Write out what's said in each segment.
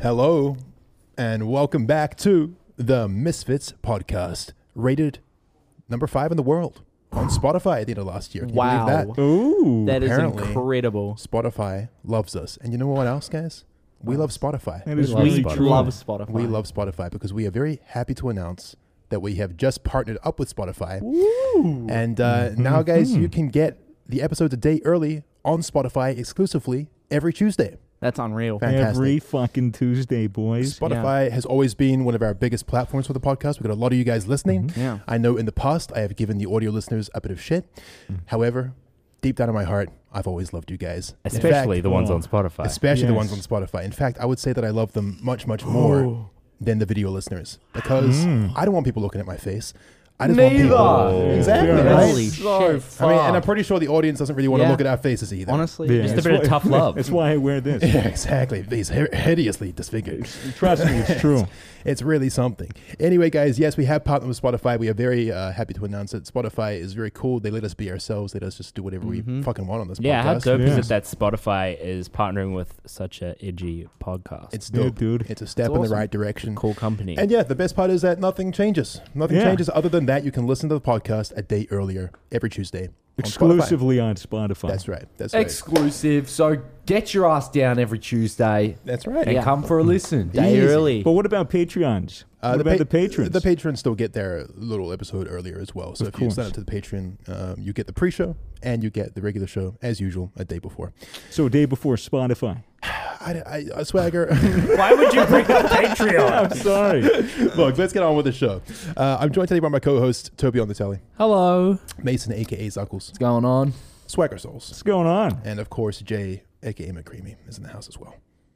Hello, and welcome back to the Misfits podcast, rated number five in the world on Spotify at the end of last year. Can you believe Wow. that? Ooh. That is apparently. incredible. Spotify loves us. And you know what else, guys? We love Spotify. that is we really true. love Spotify. We love Spotify because we are very happy to announce that we have just partnered up with Spotify. Ooh. And uh, Mm-hmm. now, guys, Mm-hmm. you can get the episodes a day early on Spotify exclusively every Tuesday. That's unreal. Fantastic. Every fucking Tuesday, boys. Spotify has always been one of our biggest platforms for the podcast. We've got a lot of you guys listening. Mm-hmm. Yeah. I know in the past I have given the audio listeners a bit of shit. Mm. However, deep down in my heart, I've always loved you guys. In fact- especially the ones Oh. on Spotify. especially the Yes. ones on Spotify. In fact, I would say that I love them much, much more than the video listeners because I don't want people looking at my face. I just want people. Mm. Oh. Exactly. Yeah. right? Holy shit. I mean, and I'm pretty sure the audience doesn't really want to Yeah. look at our faces either. Honestly, Yeah, just Just a it's bit of why- tough love. That's why I wear this. Yeah, exactly. These he- hideously disfigured. Trust me, it's true. It's really something. Anyway, guys, yes, we have partnered with Spotify. We are very uh, happy to announce it. Spotify is very cool. They let us be ourselves. They let us just do whatever we fucking want on this yeah, podcast. how dope Mm-hmm. Yeah. is it that Spotify is partnering with such a edgy podcast? It's Yeah, dope, dude. It's a step in It's the awesome. right direction. cool company. And yeah, the best part is that nothing changes. Nothing Yeah. changes other than that. You can listen to the podcast a day earlier every Tuesday. on Spotify. Exclusively on Spotify. That's right. That's right. exclusive. So get your ass down every Tuesday That's right. and come for a listen. day Easy. early. But what about Patreons? Uh, what about pa- the patrons? The patrons still get their little episode earlier as well. So Of if you sign course. up to the Patreon, um, you get the pre-show and you get the regular show as usual a day before. so day before Spotify. I, I, I swagger. why would you bring up Patreon? I'm sorry. Look, let's get on with the show. Uh, I'm joined today by my co-host Toby on the telly, Hello. Mason aka Zuckles, What's going on? Swagger Souls, What's going on? and of course Jay aka McCreamy is in the house as well.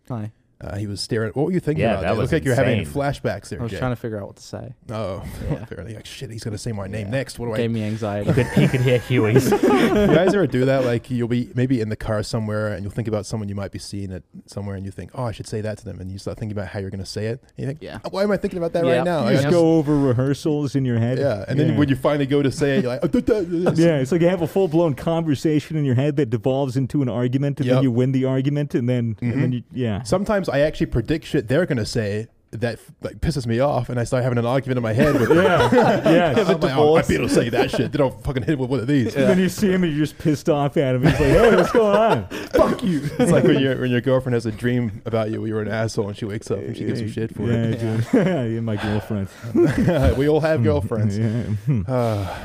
Hi. Uh, he was staring. What were you thinking Yeah, about? that there? It was looks like you're having insane. flashbacks there, I was Jay. trying to figure out what to say. oh, Yeah. apparently, like shit, he's gonna say my name Yeah. next. What do I? Gave me anxiety. You could, you could hear Huey's. you guys ever do that? Like you'll be maybe in the car somewhere and you'll think about someone you might be seeing at somewhere and you think, oh, I should say that to them. And you start thinking about how you're going to say it. And you think, Yeah. why am I thinking about that Yeah. right now? You Like, just Yes. go over rehearsals in your head. Oh, yeah. And then when you finally go to say it, you're like, Yeah, it's like you have a full blown conversation in your head that devolves into an argument, and Yep. Mm-hmm. then you win the argument, and then, and then you, yeah. Sometimes I actually predict shit they're going to say that like pisses me off and I start having an argument in my head with yeah, yes. I'm like, oh, I'd be able to say that shit. They don't fucking hit with one of these. And then you see him and you're just pissed off at him. He's like, hey, what's going on? Fuck you. It's like when, your when your girlfriend has a dream about you, you're an asshole, and she wakes up and she gives you shit for yeah, dude. yeah, my girlfriend. it. we all have girlfriends. Yeah. Hmm. Uh,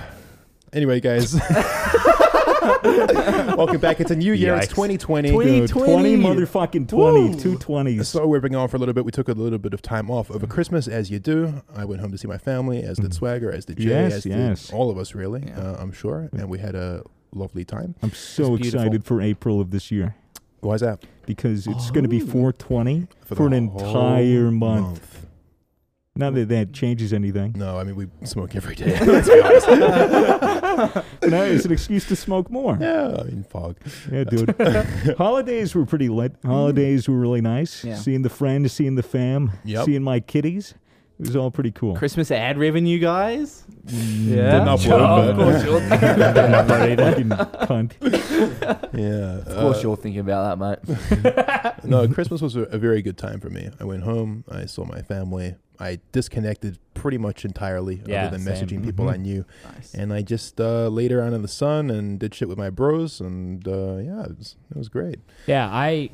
anyway, guys. Welcome back. It's a new year. It's Yikes. 2020. Dude, 20 motherfucking 20, two 20s. So we've been gone for a little bit. We took a little bit of time off Mm-hmm. over Christmas, as you do. I went home to see my family, as did Swagger, as did Jay, Yes, as did yes. Mm-hmm. all of us, really, Yeah. uh, I'm sure. And we had a lovely time. I'm so It's beautiful. excited for April of this year Why is that? because it's going to Oh. be 420 for, the an whole entire month. Not that that changes anything. No, I mean, we smoke every day. Let's be honest. no, it's an excuse to smoke more. yeah, I mean, fog. Yeah, dude. Holidays were pretty lit. Mm. Holidays were really nice. Yeah. Seeing the friends, seeing the fam, Yep. seeing my kitties. It was all pretty cool. Mm. Christmas ad revenue, guys. Yeah. Didn't upload, of but- course you'll Fucking cunt. Yeah. uh, Of course, you're thinking about that, mate. no, Christmas was a, a very good time for me. I went home. I saw my family. I disconnected pretty much entirely, Yeah, other than same. Mm-hmm. messaging people I knew. Nice. And I just uh, laid around in the sun and did shit with my bros. And uh, yeah, it was, it was great. yeah, I,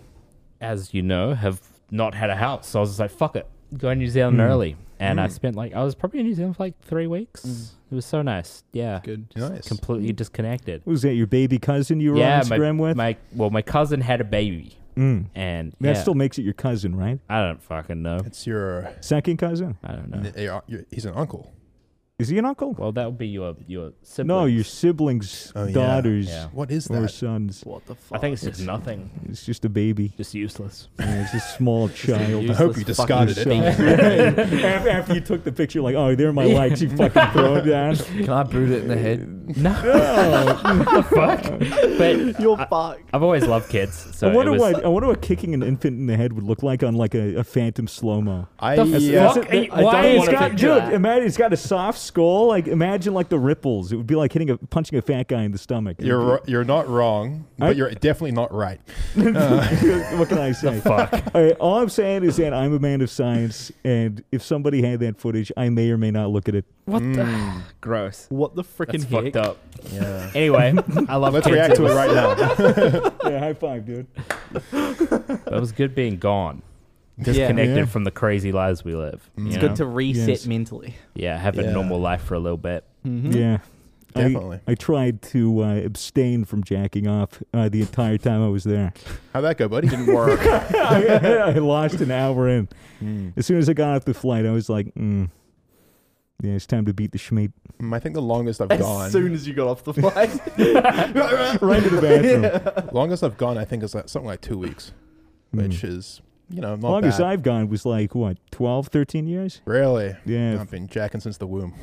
as you know, have not had a house. So I was just like, fuck it. Go to New Hmm. Zealand early. And I spent like, I was probably in New Zealand for like three weeks. Hmm. It was so nice. Yeah. Good. Nice. Completely disconnected. Was that your baby cousin you were on my, Instagram with? my well, my cousin had a baby, Mm. and That yeah, still makes it your cousin, right? I don't fucking know. it's your, Second cousin? I don't know. your- your- he's an uncle. Is he an uncle? Well, that would be your your sibling. no, your siblings' Oh, yeah. daughters Yeah. What is or that? sons. What the fuck? I think it's just nothing, It's just a baby. just useless. Yeah, it's a small child. I hope you discarded it. after, after you took the picture, like, oh, they're my lights, you fucking throw it down. Can I boot it in the head? good. No. What the fuck? But You're I, fucked. I've always loved kids. So I wonder it was, what I wonder what kicking an infant in the head would look like on like a, a phantom slow mo. I uh, The yeah. fuck? Hey, I why don't is wanna it got- picture dude, that? imagine it's got a soft skull. Like imagine like the ripples. It would be like hitting a punching a fat guy in the stomach. You're ro- you're not wrong, I- but you're definitely not right. what can I say? fuck. All, right, all I'm saying is that I'm a man of science, and if somebody had that footage, I may or may not look at it. What the? Gross. What the That's freaking fucked heck? up. Anyway, I love Let's kids. react to it right now. Yeah, high five, dude. It was good being gone, Yeah. disconnected Yeah. Mm. from the crazy lives we live. It's you know? good to reset Yes. mentally. yeah have a Yeah. normal life for a little bit. Mm-hmm. Yeah. I- Definitely. I, tried to uh, abstain from jacking off uh, the entire time I was there. How'd that go, buddy? Didn't work. I, I lost an hour in. As soon as I got off the flight, I was like, mm, yeah, it's time to beat the schmeat. Mm, I think the longest I've As gone. soon as you got off the flight. Right to the bathroom. Longest I've gone, I think, is like something like two weeks, which is you know not Longest bad. I've gone was like, what, 12, 13 years? really. Yeah. I've been jacking since the womb.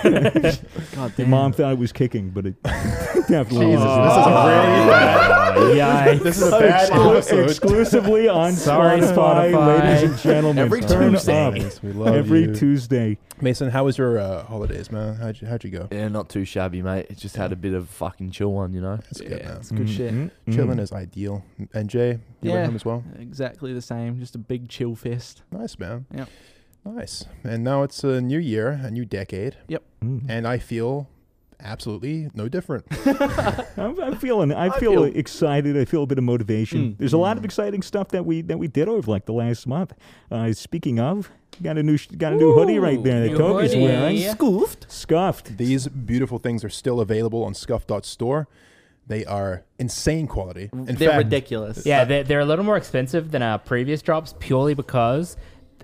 God Your damn. mom thought it was kicking, but it definitely Jesus, wasn't. this is a Ah. really Oh, yikes. this is a bad episode. exclusively on Sorry, Spotify, Spotify. ladies and gentlemen. Every Turn Tuesday. up. Yes, we love Every you. Tuesday. Mason, how was your uh, holidays, man? How'd you, how'd you go? Yeah, not too shabby, mate. It just had a bit of a fucking chill one, you know. That's good, Yeah, man. it's good shit. Mm-hmm. Chilling is ideal. And Jay, you went Yeah. home as well? Exactly the same. Just a big chill fest. Nice, man. Yep. Nice. And now it's a new year, a new decade, Mm. and I feel absolutely no different. I'm, I'm feeling. I I feel, feel- excited. I feel a bit of motivation. Mm. There's a lot of exciting stuff that we that we did over like the last month. Uh, speaking of, got a new sh- got a new hoodie right there that new Toby's hoodie. wearing. Yeah. Scoofed. Scuffed. These beautiful things are still available on scuff.store. They are insane quality. In They're fact, ridiculous. Yeah, they're, they're a little more expensive than our previous drops purely because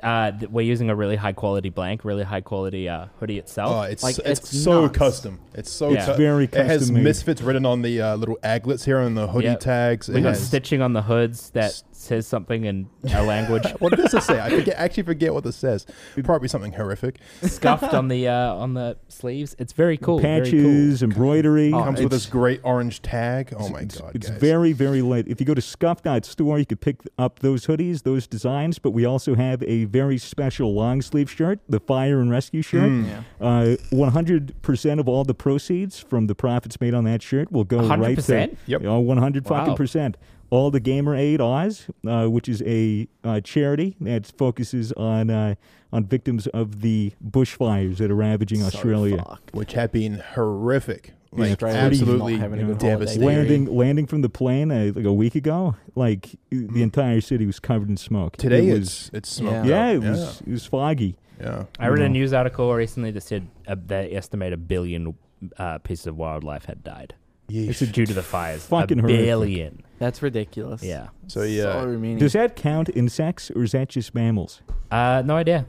uh, th- we're using a really high quality blank, really high quality uh, hoodie itself. Oh, it's Like, it's, it's so nuts. custom. It's so It's cu- very It has custom made. misfits written on the uh, little aglets here on the hoodie Yep. tags. we It got has- stitching on the hoods that says something in our language. what does it say? I forget, actually forget what this says. Probably something horrific. Scuffed on the uh, on the sleeves. It's very cool. very cool. Patches, embroidery. comes with Oh, It's- this great orange tag. Oh my it's, god, it's guys. very very light. If you go to scuff.store, you can pick up those hoodies, those designs. But we also have a very special long sleeve shirt, the fire and rescue shirt. Mm. Yeah. Uh, 100% of all the proceeds from the profits made on that shirt will go right to 100%? Yep. Yeah, 100 Wow. fucking percent. All the Gamer Aid Oz, uh, which is a uh, charity that focuses on uh, on victims of the bushfires that are ravaging Australia. which had been horrific. Like Australia's not absolutely having a good holiday. devastating. Landing landing from the plane uh, like a week ago, like the entire city was covered in smoke. Today it it's it's smoked yeah, up. it was it was foggy. yeah. yeah. I read you a know. news article recently that said uh, they estimate a billion uh, pieces of wildlife had died. This is Yeesh. due to the fires. Fucking a horrific. billion. That's ridiculous. Yeah. So yeah, So many. Does that count insects or is that just mammals? Uh, no idea.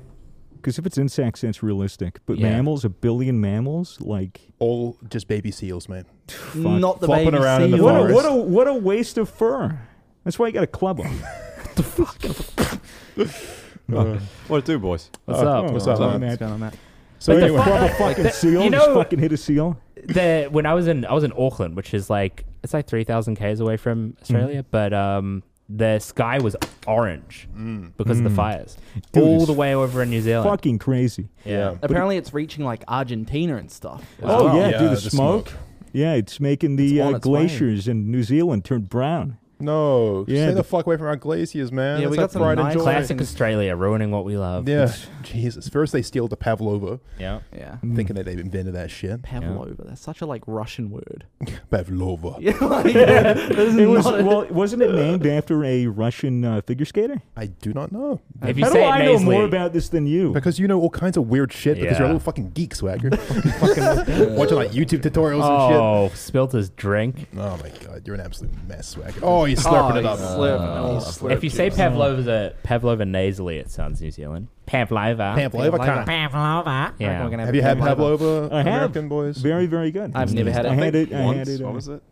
Because if it's insects, that's realistic. But Yeah. mammals, a billion mammals, like all just baby seals, man. fuck. Not the Flopping baby around in the seal. what a, forest. what a what a waste of fur. That's why you got a club them. What do, boys? What's Oh, up? what's up, What's man? man? What's going on that? So Like, anyway, club a fucking seal. you just know- fucking hit a seal. the when I was in I was in Auckland, which is like it's like three thousand k's away from Mm-hmm. Australia, but um, the sky was orange Mm. because of the fires, Mm. Dude, all it's the way over in New Zealand. Fucking crazy. Yeah, Apparently, it's reaching like Argentina and stuff. as Oh well. yeah, Yeah, do the, the smoke. smoke. Yeah, it's making the It's on uh, its way. glaciers in New Zealand turn brown. no, Yeah, stay the the- fuck away from our glaciers, man. Yeah, we That's got some our pride and nice joy. classic Australia ruining what we love. Yeah, Jesus. First they steal the pavlova, yeah. Yeah. thinking that they've invented that shit. Pavlova. That's such a like Russian word. Pavlova. yeah, like, this is It was not a- well, wasn't it named after a Russian uh, figure skater? I do not know If you How do say it I know nasally, more about this than you? because you know all kinds of weird shit because you're a Yeah. little fucking geek swagger, fucking watching like YouTube tutorials and shit. oh, spilt his drink. Oh my god, you're an absolute mess, swagger. Oh, he's slurping Oh, it up. he's slurping it. Oh, He's slurping if you say Pavlova, Uh, Pavlova nasally, it sounds New Zealand. Pavlova. Pavlova kind of. Pavlova. Yeah. We're gonna Have you had Pavlova, I have. American boys? Very, very good. I've never had it. I had I it. I Once? had it. uh, What was it?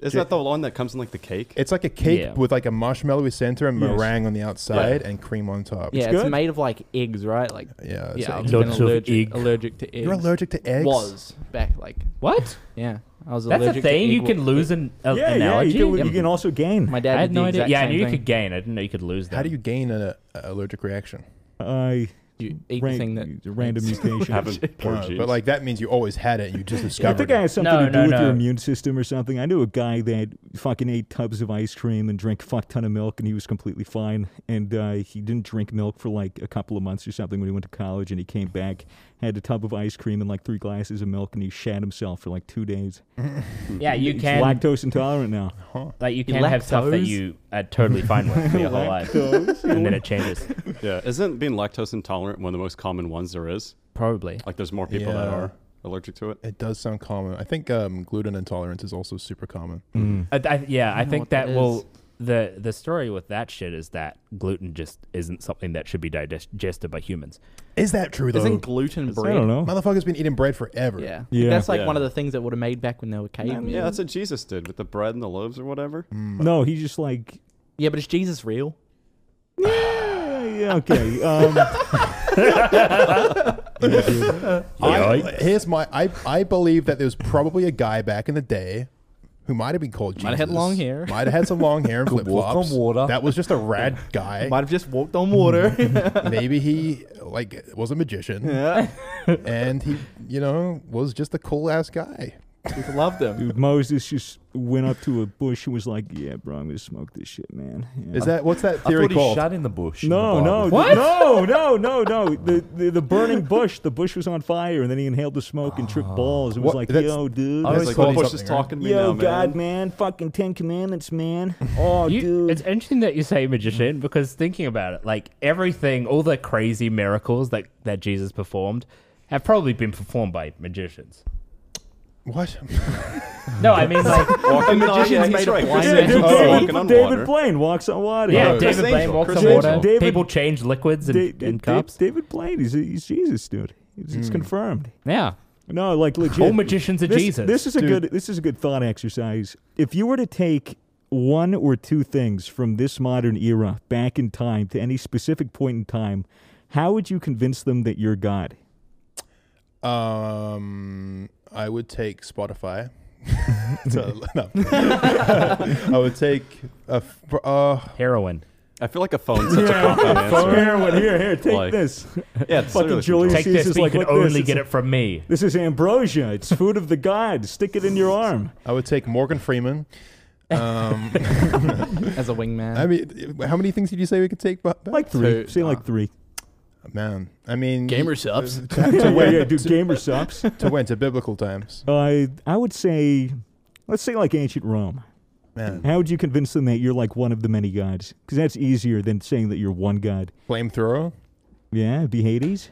Is that the line that comes in like the cake? It's like a cake Yeah. with like a marshmallowy center and Yes. meringue on the outside and cream on top. Yeah, It's- it's good. made of like eggs, right? Like yeah. it's yeah, like- I've Lots been of allergic, egg. allergic to eggs. you're allergic to eggs. Was back like What? yeah. I was That's a allergic to thing. You eggwa- can lose an a- yeah, analogy. yeah. You can, you can also gain. My I dad had did no the idea. exact Yeah, I same knew you thing. could gain. I didn't know you could lose. Them. How do you gain an uh, allergic reaction? I You eat ran- the thing that random mutation. Having Uh, orgies. but like that means you always had it and you just I discovered think I it. had something No, to do no, with no. your immune system or something. I knew a guy that fucking ate tubs of ice cream and drank fuck ton of milk, and he was completely fine. And uh, he didn't drink milk for like a couple of months or something when he went to college, and he came back, had a tub of ice cream and like three glasses of milk, and he shat himself for like two days. Yeah, you He's can. lactose intolerant now. Like you You can have stuff that lactose? you are totally fine with for your whole life, and then it changes. yeah, isn't being lactose intolerant one of the most common ones there is? Probably. Like, there's more people that Yeah. are allergic to it. It does sound common. I think um, gluten intolerance is also super common. I, I, yeah, I know think what that that will. The the story with that shit is that gluten just isn't something that should be digest- digested by humans. Is that true though? isn't gluten I don't bread. know. Motherfucker's been eating bread forever. Yeah. Yeah. that's like Yeah. one of the things that would have made back when they were cavemen. Yeah, that's what Jesus did with the bread and the loaves or whatever. No, he's just like, Yeah, but is Jesus real? yeah, yeah, okay. Um, I, here's my. I I believe that there was probably a guy back in the day who might have been called Jesus. Might have had long hair. Might have had some long hair and flip walk on flops. water. That was just a rad guy. have just walked on water. Maybe he like was a magician. And he, you know, was just a cool ass guy. Loved him. dude, Moses just went up to a bush and was like, yeah, bro, I'm going to smoke this shit, man. Yeah. Is that what's that I theory thought he called? shut in the bush. in No, the no, Bible. th- no, no, no, no. The, the the burning bush. The bush was on fire, and then he inhaled the smoke and tripped balls. It was Oh. What? like, That's- Oh, yo, dude. I It's always like, thought the he- bush is something, right? talking to me Yo, now, God, man. man, fucking Ten Commandments, man. Oh, You- dude, it's interesting that you say magician because thinking about it, like everything, all the crazy miracles that, that Jesus performed have probably been performed by magicians. What? No, I mean like Walking on magician's yeah, he's made a right. blind Chris yeah, man Angel dude, Oh, walking David, on David water. Blaine walks on water. yeah, Chris David Blaine Angel, walks Chris on water. Angel. David- People change liquids Da- and, da- and da- cups. David Blaine, he's, he's Jesus, dude. It's, Hmm. it's confirmed. Yeah, No, like legit. all magicians are this, Jesus. This is a Dude. good. This is a good thought exercise. If you were to take one or two things from this modern era back in time to any specific point in time, how would you convince them that you're God? Um, I would take Spotify. So, no. I would take a f- uh, heroin. I feel like a phone's such a common answer. Here, what- here, here. Take Like- this. Yeah, it's Fucking literally Julius Take this, Caesar's but like, you "Look can this, only it's get a- it from me. This is ambrosia. It's food of the gods. Stick it in your arm. I would take Morgan Freeman. Um, As a wingman. I mean, how many things did you say we could take? But Like three. Two. Say uh, like three. man, I mean, Gamer subs. to, Yeah, to yeah, yeah, when, dude. Gamer subs. to when to biblical times. Uh, I would say, let's say like ancient Rome. Man, How would you convince them that you're like one of the many gods? Because that's easier than saying that you're one god. flamethrower, Yeah, it'd be Hades.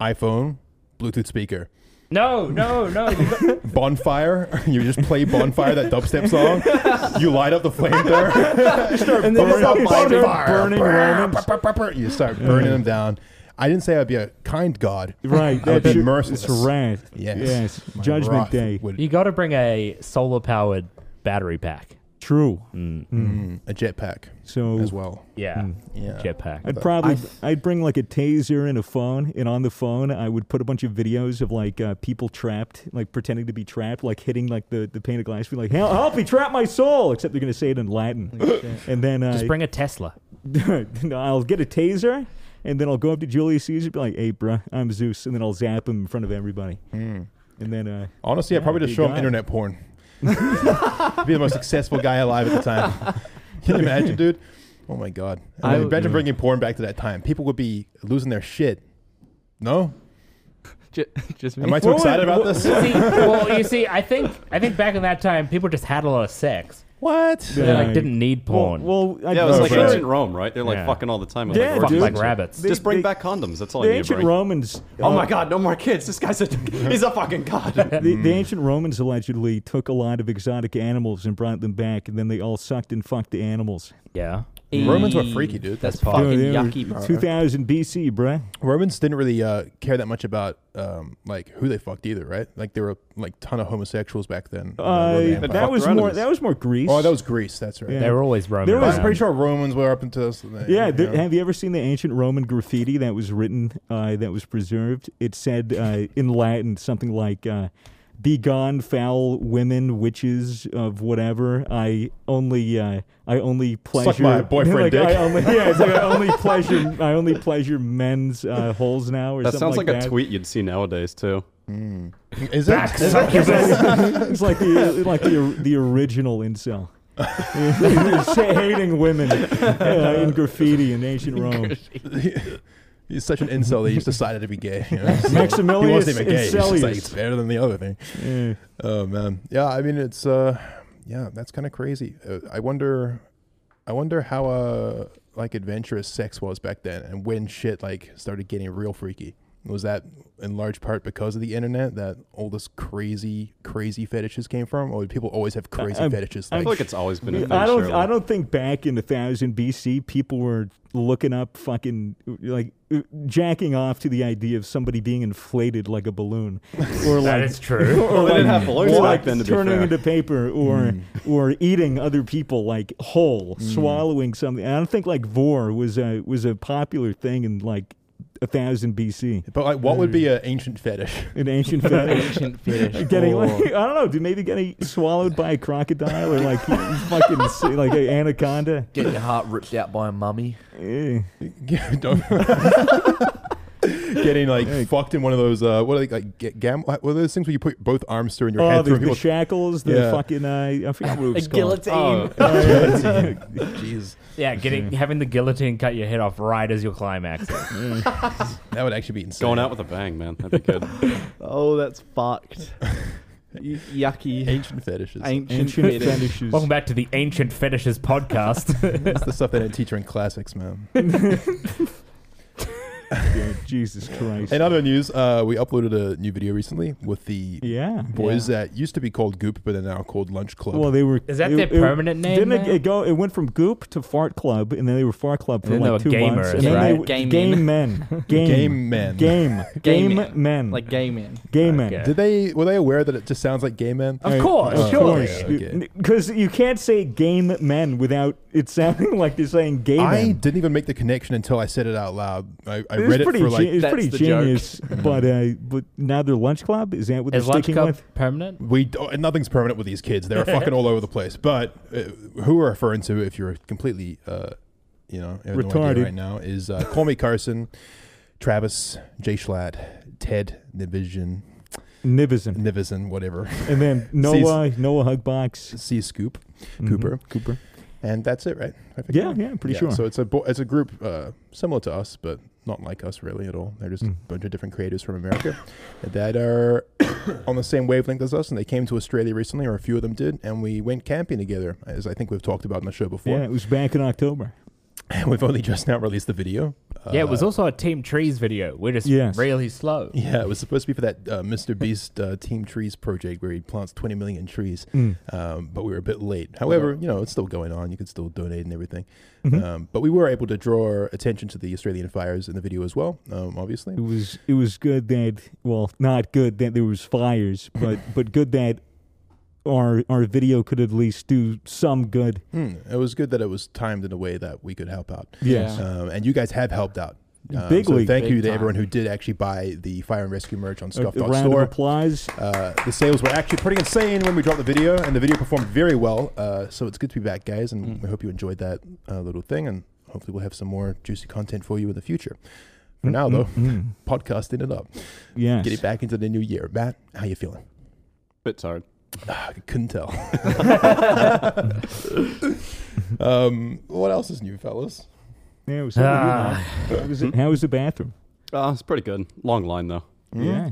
iPhone, Bluetooth speaker, No, no, no. you got- bonfire. You just play bonfire that dubstep song. You light up the flamethrower. And Burn up bonfire. burning Brr, Romans. brr, brr, brr. You start burning them down. I didn't say I'd be a kind god. Right, I would that's be your- merciless. It's wrath. Yes. yes. My Judgment wrath Day. would- you got to bring a solar powered battery pack. True. Mm, a jetpack So as well. Yeah, Yeah. jetpack. I'd probably I'd bring like a taser and a phone, and on the phone I would put a bunch of videos of like uh, people trapped, like pretending to be trapped, like hitting like the the pane of glass, be like help, help me trap my soul, except they're gonna say it in Latin, and then uh, Just bring a Tesla. no, I'll get a taser, and then I'll go up to Julius Caesar, be like, "Hey, bruh, I'm Zeus," and then I'll zap him in front of everybody. Hmm. And then, uh, Honestly, I Yeah, probably be just a show him guy. internet porn. be the most successful guy alive at the time. Can you imagine, dude? Oh my god! I I mean, would- imagine bringing porn back to that time. People would be losing their shit. No, Ju- just me. am I too What would- excited about what- this? see, well, you see, I think I think back in that time, people just had a lot of sex. What? They like Yeah. didn't need porn. well, well, I- Yeah, it was No, like but- ancient Rome, right? They're like Yeah. fucking all the time. Yeah, Fuck dude. like rabbits. They- Just bring they- back condoms. That's all the you need to ancient bring. Romans. Oh uh, my god, no more kids. This guy's a he's a fucking god. The, the ancient Romans allegedly took a lot of exotic animals and brought them back, and then they all sucked and fucked the animals. yeah. Romans were Eee, freaky, dude. That's, That's fucking Dude, they were yucky, bro. 2000 BC, bruh. Romans didn't really uh, care that much about um, like who they fucked either, right? Like there were like ton of homosexuals back then. in the Roman Uh, Empire. that fucked was their more. enemies. That was more Greece. oh, that was Greece. That's right. Yeah. They were always roaming. There But was- I'm pretty sure Romans were up until us. Yeah, th- have you ever seen the ancient Roman graffiti that was written, uh, that was preserved? It said uh, in Latin something like uh, begone foul women, witches of whatever. I only uh, I only pleasure my boyfriend like, dick. I only, yeah, it's like I only pleasure I only pleasure men's uh, holes now or That something sounds like, like, that. a tweet you'd see nowadays too. Is it? it's like the like the the original incel. hating women uh, in graffiti in ancient Rome. He's such an incel that he's decided to be gay. You know? Maximilius he wasn't even gay. He's just like, Incelius. it's better than the other thing. Yeah. Oh man, yeah. I mean, it's uh, yeah, that's kind of crazy. Uh, I wonder, I wonder how uh, like adventurous sex was back then, and when shit like started getting real freaky. Was that in large part because of the internet that all this crazy, crazy fetishes came from, or did people always have crazy I'm- fetishes? I Like, feel like it's always been a thing. I don't. surely. I don't think back in the thousand BC, people were looking up fucking like jacking off to the idea of somebody being inflated like a balloon, or That like is true. Well, they didn't have balloons or back like then. To be turning fair. Hmm. into paper, or or eating other people like whole, swallowing something. I don't think like vor was a was a popular thing in like a thousand BC but like, what would be Hmm. an ancient fetish? in ancient fetish. Ancient fetish. Getting or- like, I don't know, dude, maybe getting swallowed by a crocodile or like fucking like an anaconda. Get your heart ripped out by a mummy. Eh. Don't- Getting like fucked in one of those uh, what are they like ga- gam? What are those things where you put both arms through and your Oh, head the, through? the people- shackles, the Yeah. fucking uh, I forget what it was called. Oh, Jeez, Yeah, getting having the guillotine cut your head off right as your climax. that would actually be insane. Going out with a bang, man. That'd be good. oh, that's fucked. Y- yucky. ancient fetishes. Ancient, Ancient fetish. fetishes. Oh, Welcome back to the Ancient Fetishes podcast. That's the stuff they didn't teach her in classics, man. Yeah, Jesus Christ. In other news, uh, we uploaded a new video recently with the yeah. boys that used to be called Goop, but are now called Lunch Club. Well, they were. Is that it- their it- permanent name Didn't it, now? it go? It went from Goop to Fart Club, and then they were Fart Club for And then like two they were months. gamers, And then right? they were Game game men. men. Game, Game men. Game. Game Game men. Like gay men. gay men. Okay. Did they were they aware that it just sounds like gay men? of course, Of sure. course, Okay. because you can't say game men without it sounding like they're saying gay I men. didn't even make the connection until I said it out loud. I, I It was read it pretty for like. gen- it's That's pretty the joke. genius, but uh, but now they're lunch club. Is that what Is they're Lunch sticking Club with? permanent? we do nothing's permanent with these kids. They're fucking all over the place. But uh, who we're referring to, if you're completely, uh, you know, have no idea Retarded. right now, is uh, Call Me Carson, Travis J. Schlatt, Ted Nivision, Nivison. Nivision, whatever, And then Noah, Noah Hugbox, C. Scoop, Cooper, Cooper. and that's it, right? I think- Yeah, yeah, I'm pretty Yeah, sure. So it's a bo- it's a group uh, similar to us, but not like us really at all. They're just Hmm. a bunch of different creators from America that are on the same wavelength as us, and they came to Australia recently, or a few of them did, and we went camping together, as I think we've talked about in the show yeah, before. it was back in October. And we've only just now released the video. yeah, it was Uh, also a Team Trees video. We're just Yes. really slow. yeah, it was supposed to be for that uh, Mr. Beast uh, Team Trees project where he plants 20 million trees, um, but we were a bit late. However, you know, it's still going on. You can still donate and everything. Mm-hmm. Um, but we were able to draw attention to the Australian fires in the video as well, um, obviously. It was it was good that well, not good that there was fires, but but good that our our video could at least do some good. Hmm, it was good that it was timed in a way that we could help out. Yes. Um, and you guys have helped out. Um, Bigly. So thank Big you to time. everyone who did actually buy the fire and rescue merch on A, a stuff.store. round of applause. Uh, the sales were actually pretty insane when we dropped the video, and the video performed very well. Uh, so it's good to be back, guys, and Mm. we hope you enjoyed that uh, little thing. And hopefully, we'll have some more juicy content for you in the future. Mm-hmm. For now, though, podcasting it up, Yes. getting back into the new year. Matt, how you feeling? Bit tired. Ah, I couldn't tell. um, what else is new, fellas? Yeah, it was, Ah. how, was it, how was the bathroom? Uh, it's pretty good. Long line though. Mm-hmm. Yeah.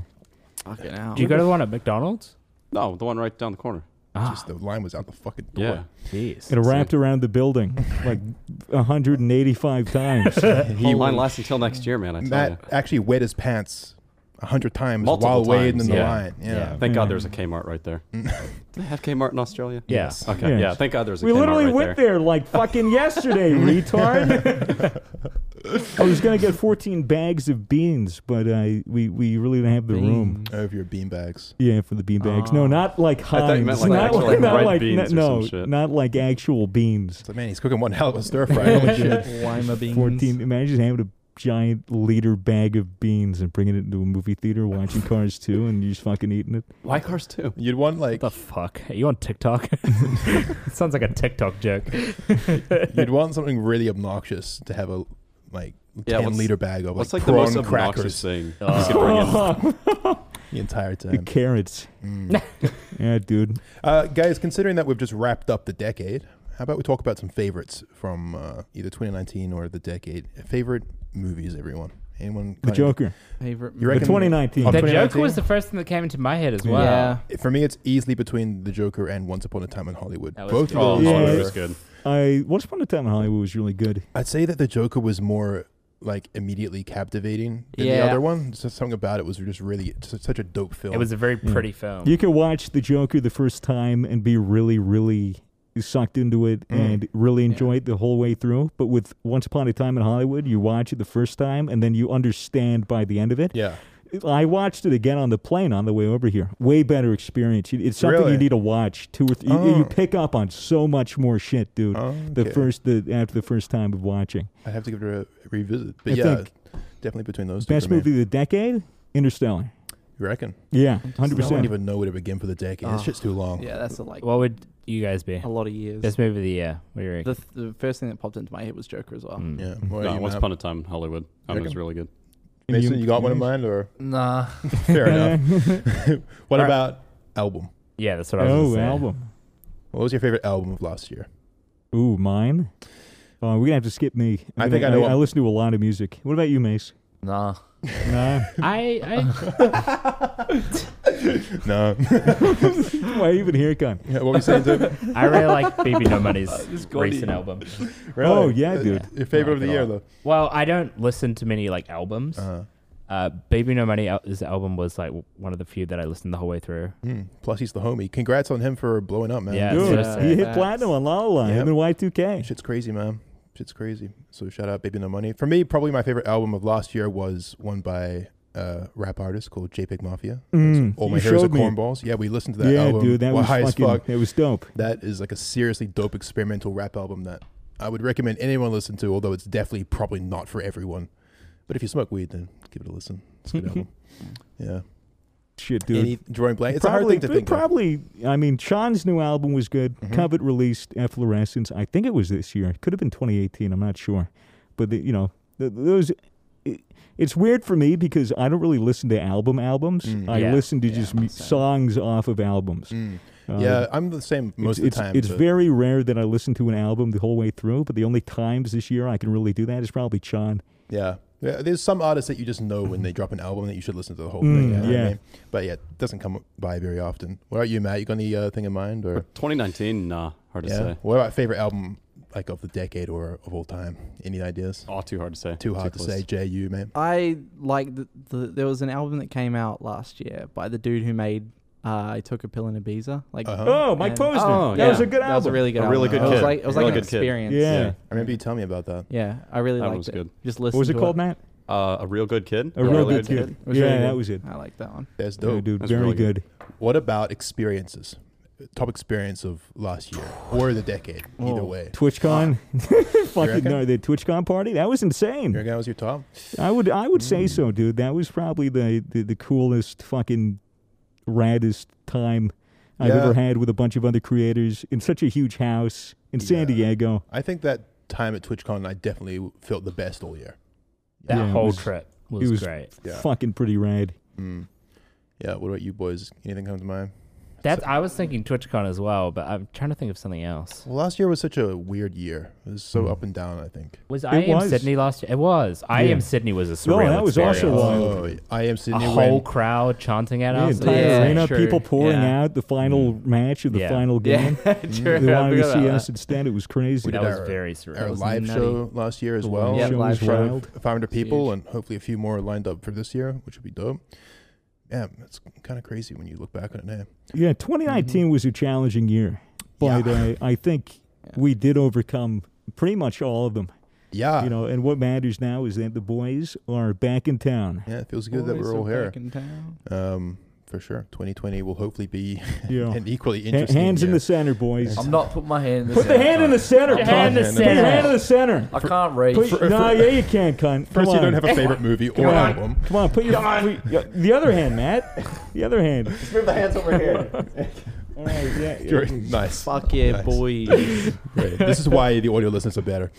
Fucking hell. Do you go to the one at McDonald's? No, the one right down the corner. Just the line was out the fucking door. Yeah. Jeez. It wrapped around the building like 185 times. Whole line lasts until next year, man. I tell Matt you. actually wet his pants a hundred times Multiple while waiting times, in the yeah. line. Yeah. Yeah. Thank God there's a Kmart right there. Do they have Kmart in Australia? Yeah. Okay. Yes. Yeah. Thank God there's a We Kmart literally right went there. like fucking yesterday, retard. I was gonna get 14 bags of beans, but I we we really didn't have the room. Over your beanbags. Yeah, for the bean bags. No, not like Oh. thought you Heinz. meant, like, not actual, like, not red like- beans or no, some shit. not like actual beans. So man, he's cooking one hell of a stir fry. Holy shit. Lima beans. Mm. 14. Imagine having to giant liter bag of beans and bringing it into a movie theater, watching Cars 2, and you're just fucking eating it. Why Cars 2? You'd want like The fuck? Are you on TikTok? Sounds like a TikTok joke. you'd want something really obnoxious to have a like Yeah, ten what's- liter bag of like, What's like the prawn most obnoxious crackers thing? Oh. you could bring in? the entire The time. Mm. carrots. yeah, dude. Uh, guys, considering that we've just wrapped up the decade, how about we talk about some favorites from uh, either 2019 or the decade? Favorite movies, everyone. Anyone? The got any- Joker. Favorite. You The reckon 2019. Of The 2019? Joker was the first thing that came into my head as well. Yeah. For me, it's easily between The Joker and Once Upon a Time in Hollywood. That was Both good. of Oh, those. Yeah. Hollywood were- was good. I Once Upon a Time in Hollywood was really good. I'd say that The Joker was more like immediately captivating than Yeah. the other one. It's Just something about it was just really just such a dope film. It was a very pretty film. You can watch The Joker the first time and be really, really sucked into it Mm. and really enjoy it the whole way through. But with Once Upon a Time in Hollywood, you watch it the first time and then you understand by the end of it. yeah. I watched it again on the plane on the way over here. Way better experience. It- It's something Really? you need to watch two or three. You, Oh. you pick up on so much more shit, dude. The Okay. first the, after the first time of watching. I have to give it a revisit. But I yeah, think- definitely between those two. Best for me. movie of the decade, Interstellar. You reckon? I Yeah, hundred don't percent. even know where to begin for the decade. This Oh. shit's too long. Yeah, that's a, like what would you guys be? a lot of years. Best movie of the year. What do you reckon? The, the first thing that popped into my head was Joker as well. Mm. Yeah. Mm-hmm. Well, No, you Once might- Upon a Time in Hollywood. That Reckon? was really good. Mason, you got one in mind, or Nah. fair enough. what Alright. about album? Yeah, that's what I was Oh, gonna say. album. What was your favorite album of last year? Ooh, mine. Oh, we're gonna have to skip me. I think I know I, what- listen to a lot of music. What about you, Mace? Nah. Nah. I, No, Why are you even here, Con? Yeah, what were you saying? Tim? I, I really like BB No Money's gaudy. recent album. Really? Oh yeah, Uh, dude. Your favorite Yeah, of the good year, ol- though. Well, I don't listen to many like albums. Uh, Uh, Baby No Money al- his album was like w- one of the few that I listened the whole way through. hmm. Plus, he's the homie. Congrats on him for blowing up, man. Yeah. Dude, Yeah. he hit Facts. platinum on La La Land. Yep. Him and Y2K. Shit's crazy, man. Shit's crazy. So shout out, baby, no money. For me, probably my favorite album of last year was one by a rap artist called JPEG Mafia. It's Mm, All my you heroes are showed me. cornballs. Yeah, we listened to that yeah, album. dude, that We're was high as fucking. fuck. It was dope. That is like a seriously dope experimental rap album that I would recommend anyone listen to, although it's definitely probably not for everyone. But if you smoke weed, then give it a listen. It's a good album. Yeah. Shit, dude. Any drawing blank. It's a probably, hard thing to think of. Mm-hmm. probably. I mean, Sean's new album was good. Covet released Efflorescence. I think it was this year. It could have been 2018. I'm not sure. But the, you know, th those. It, it's weird for me because I don't really listen to album albums. Mm, I Yeah. listen to just mu- songs off of albums. Uh, Yeah, I'm the same most of the it's, time. It's but very rare that I listen to an album the whole way through, but the only times this year I can really do that is probably Sean. yeah. yeah. There's some artists that you just know when they drop an album that you should listen to the whole Mm, thing. you know what I yeah. mean? But yeah, it doesn't come by very often. What about you, Matt? You got any uh, thing in mind or 2019, nah, hard to yeah? say. What about favorite album like of the decade or of all time? Any ideas? Oh, too hard to say. Too hard to close. say. J U, man. I like the, the there was an album that came out last year by the dude who made uh, I took a pill in Ibiza. Like Uh-huh. Oh, Mike and- Posner. Oh, that yeah. was a good that was a album. really good. A really album. good It was kid. like it was Really like an good kid. experience. Yeah. Yeah. I remember you telling me about that. Yeah, I really That liked was it. good. Just What listen. was it to called, Matt? Uh, a real good kid. A real really good good. kid. It was yeah, really that good. was it. I like that one. That's Yeah, dope. dude, That's very really good. good. What about experiences? Top experience of last year or the decade, Oh. either way. TwitchCon, fucking Ah. reckon? no, the TwitchCon party that was You insane. reckon Hmm. that was your top? I would I would say so, dude. That was probably the the, the coolest fucking raddest time I've Yeah. ever had with a bunch of other creators in such a huge house in Yeah. San Diego. I think that time at TwitchCon, I definitely felt the best all year. That Yeah, it whole was- it trip was, was- great. Yeah. Fucking pretty rad. Mm. Yeah. What about you boys? Anything come to mind? That's I was thinking TwitchCon as well, but I'm trying to think of something else. Well, last year was such a weird year. It was Mm. so up and down. I think. Was I am was. Sydney last year? It was. I Yeah. am Sydney was a No, surreal. that was also experience. wild. Oh, I am a Sydney. whole when- crowd chanting at Yeah, us. entire Yeah, arena, true. people pouring Yeah. out the final Hmm. match of the Yeah. final game. true. They I wanted to forgot see about us instead. It was crazy. We That did was our- very surreal. It our was live nutty. show last year as The well. live Yeah, show live was show. wild. 500 people, huge. and hopefully a few more lined up for this year, which would be dope. Yeah, it's kind of crazy when you look back on it eh? now. Yeah, 2019 was a challenging year, but uh, I think we did overcome pretty much all of them. Yeah, You know, and what matters now is that the boys are back in town. yeah, it feels good that Boys we're are all here. back in town. Um, for sure. 2020 will hopefully be Yeah. an equally Ha- interesting. hands in year. the center, boys. I'm not putting my hand in the Put the center, hand in cunt. the center, Put your hand in cunt. the Put your center. hand in the center. I can't reach. Put, no, yeah, you can, cunt. Come First, on. you don't have a favorite movie or Come album. on. Come on, put your put your- the other hand, Matt. The other hand. Move the hands over here. All right, yeah, yeah. You're- nice. Fuck yeah, Nice. boys. Great. This is why the audio listeners are better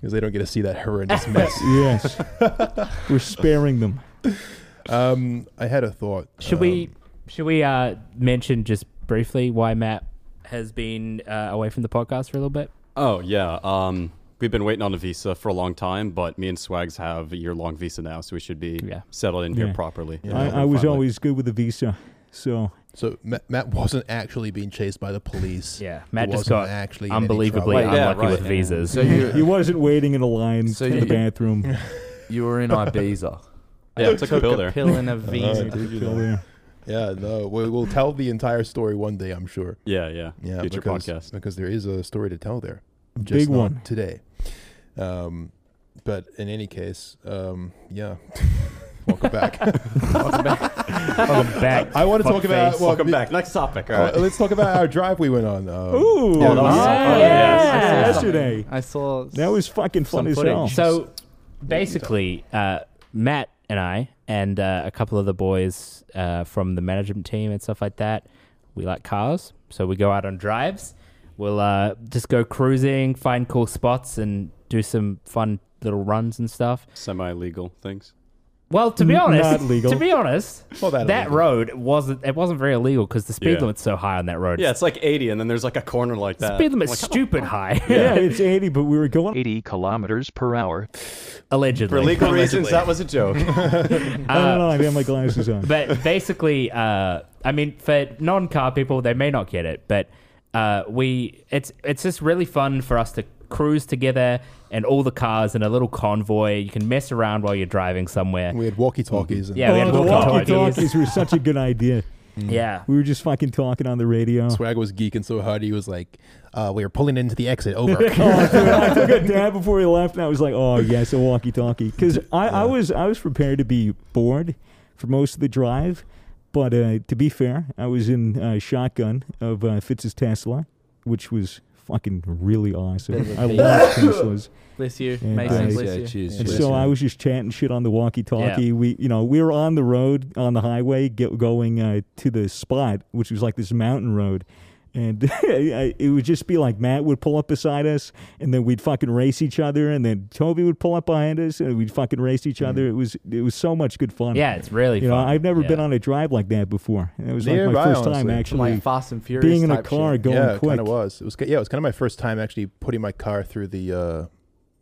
because they don't get to see that horrendous mess. Yes, we're sparing them. Um, I had a thought. um, Should we should we uh, mention just briefly why Matt has been uh, away from the podcast for a little bit? Oh yeah. Um, we've been waiting on a visa for a long time, but me and Swags have a year-long visa now, so we should be Yeah. settled in Yeah. here properly. Yeah. I, I was Finally. always good with the visa, so So Matt, Matt wasn't actually being chased by the police. Yeah, He Matt just wasn't got actually in any unbelievably trouble. Wait, yeah, unlucky right, with yeah. visas. so you he wasn't waiting in a line So in you- the bathroom. you were in Ibiza. Yeah, it's like a pill A there. pill and a visa. Still there. Yeah, no, we, we'll tell the entire story one day, I'm sure. Yeah, yeah. Yeah, Future because, podcast. because there is a story to tell there. Just Big not one. today. Um, but in any case, um, yeah. Welcome back. Welcome back. I want to talk about well, Welcome the- back. Next topic. All uh, right. let's talk about our drive we went on. Um, Ooh, yeah, that was- oh, yeah, I saw yes. something. yesterday. I saw. That was fucking fun as hell. So basically, uh, Matt and I and uh, a couple of the boys uh, from the management team and stuff like that, we like cars, so we go out on drives. We'll uh, just go cruising, find cool spots, and do some fun little runs and stuff. Uh, Semi-legal things. Well, to be N- honest, not legal. to be honest, Well, that that, illegal. road wasn't it wasn't very illegal because the speed Yeah. limit's so high on that road. Yeah, it's like 80, and then there's like a corner like the that. speed limit's Like, stupid high, yeah, it's eighty, but we were going 80 kilometers per hour. allegedly. Uh, For legal reasons, Allegedly. that was a joke. I don't know. I have my glasses on. but basically, uh, I mean, for non-car people, they may not get it, but uh, we it's it's just really fun for us to cruise together and all the cars in a little convoy. You can mess around while you're driving somewhere. We had walkie talkies. and Yeah, we had oh, the walkie-talkies. walkie-talkies were such a good idea. yeah, We were just fucking talking on the radio. Swag was geeking so hard he was like, uh, "We were pulling into the exit. Over." oh, dude, I took a dab before he left, and I was like, "Oh yes, a walkie-talkie." Because I, I was I was prepared to be bored for most of the drive, but uh, to be fair, I was in uh, shotgun of uh, Fitz's Tesla, which was fucking really awesome. They were I big. love Teslas, Bless you, Yeah, Mason. nice. Bless you. cheers. and uh, so I was just chatting shit on the walkie-talkie. Yeah. We you know we were on the road on the highway get, going uh, to the spot, which was like this mountain road. And I- it would just be like Matt would pull up beside us, and then we'd fucking race each other, and then Toby would pull up behind us, and we'd fucking race each other. It was it was so much good fun. Mm. yeah, it's really you know fun. I've never yeah. been on a drive like that before. It was Neither like my have I, first time honestly. actually Like Fast and Furious. being in a type car shit. going yeah, it quick. kind of was. It was. Yeah, it was kind of my first time actually putting my car through the uh,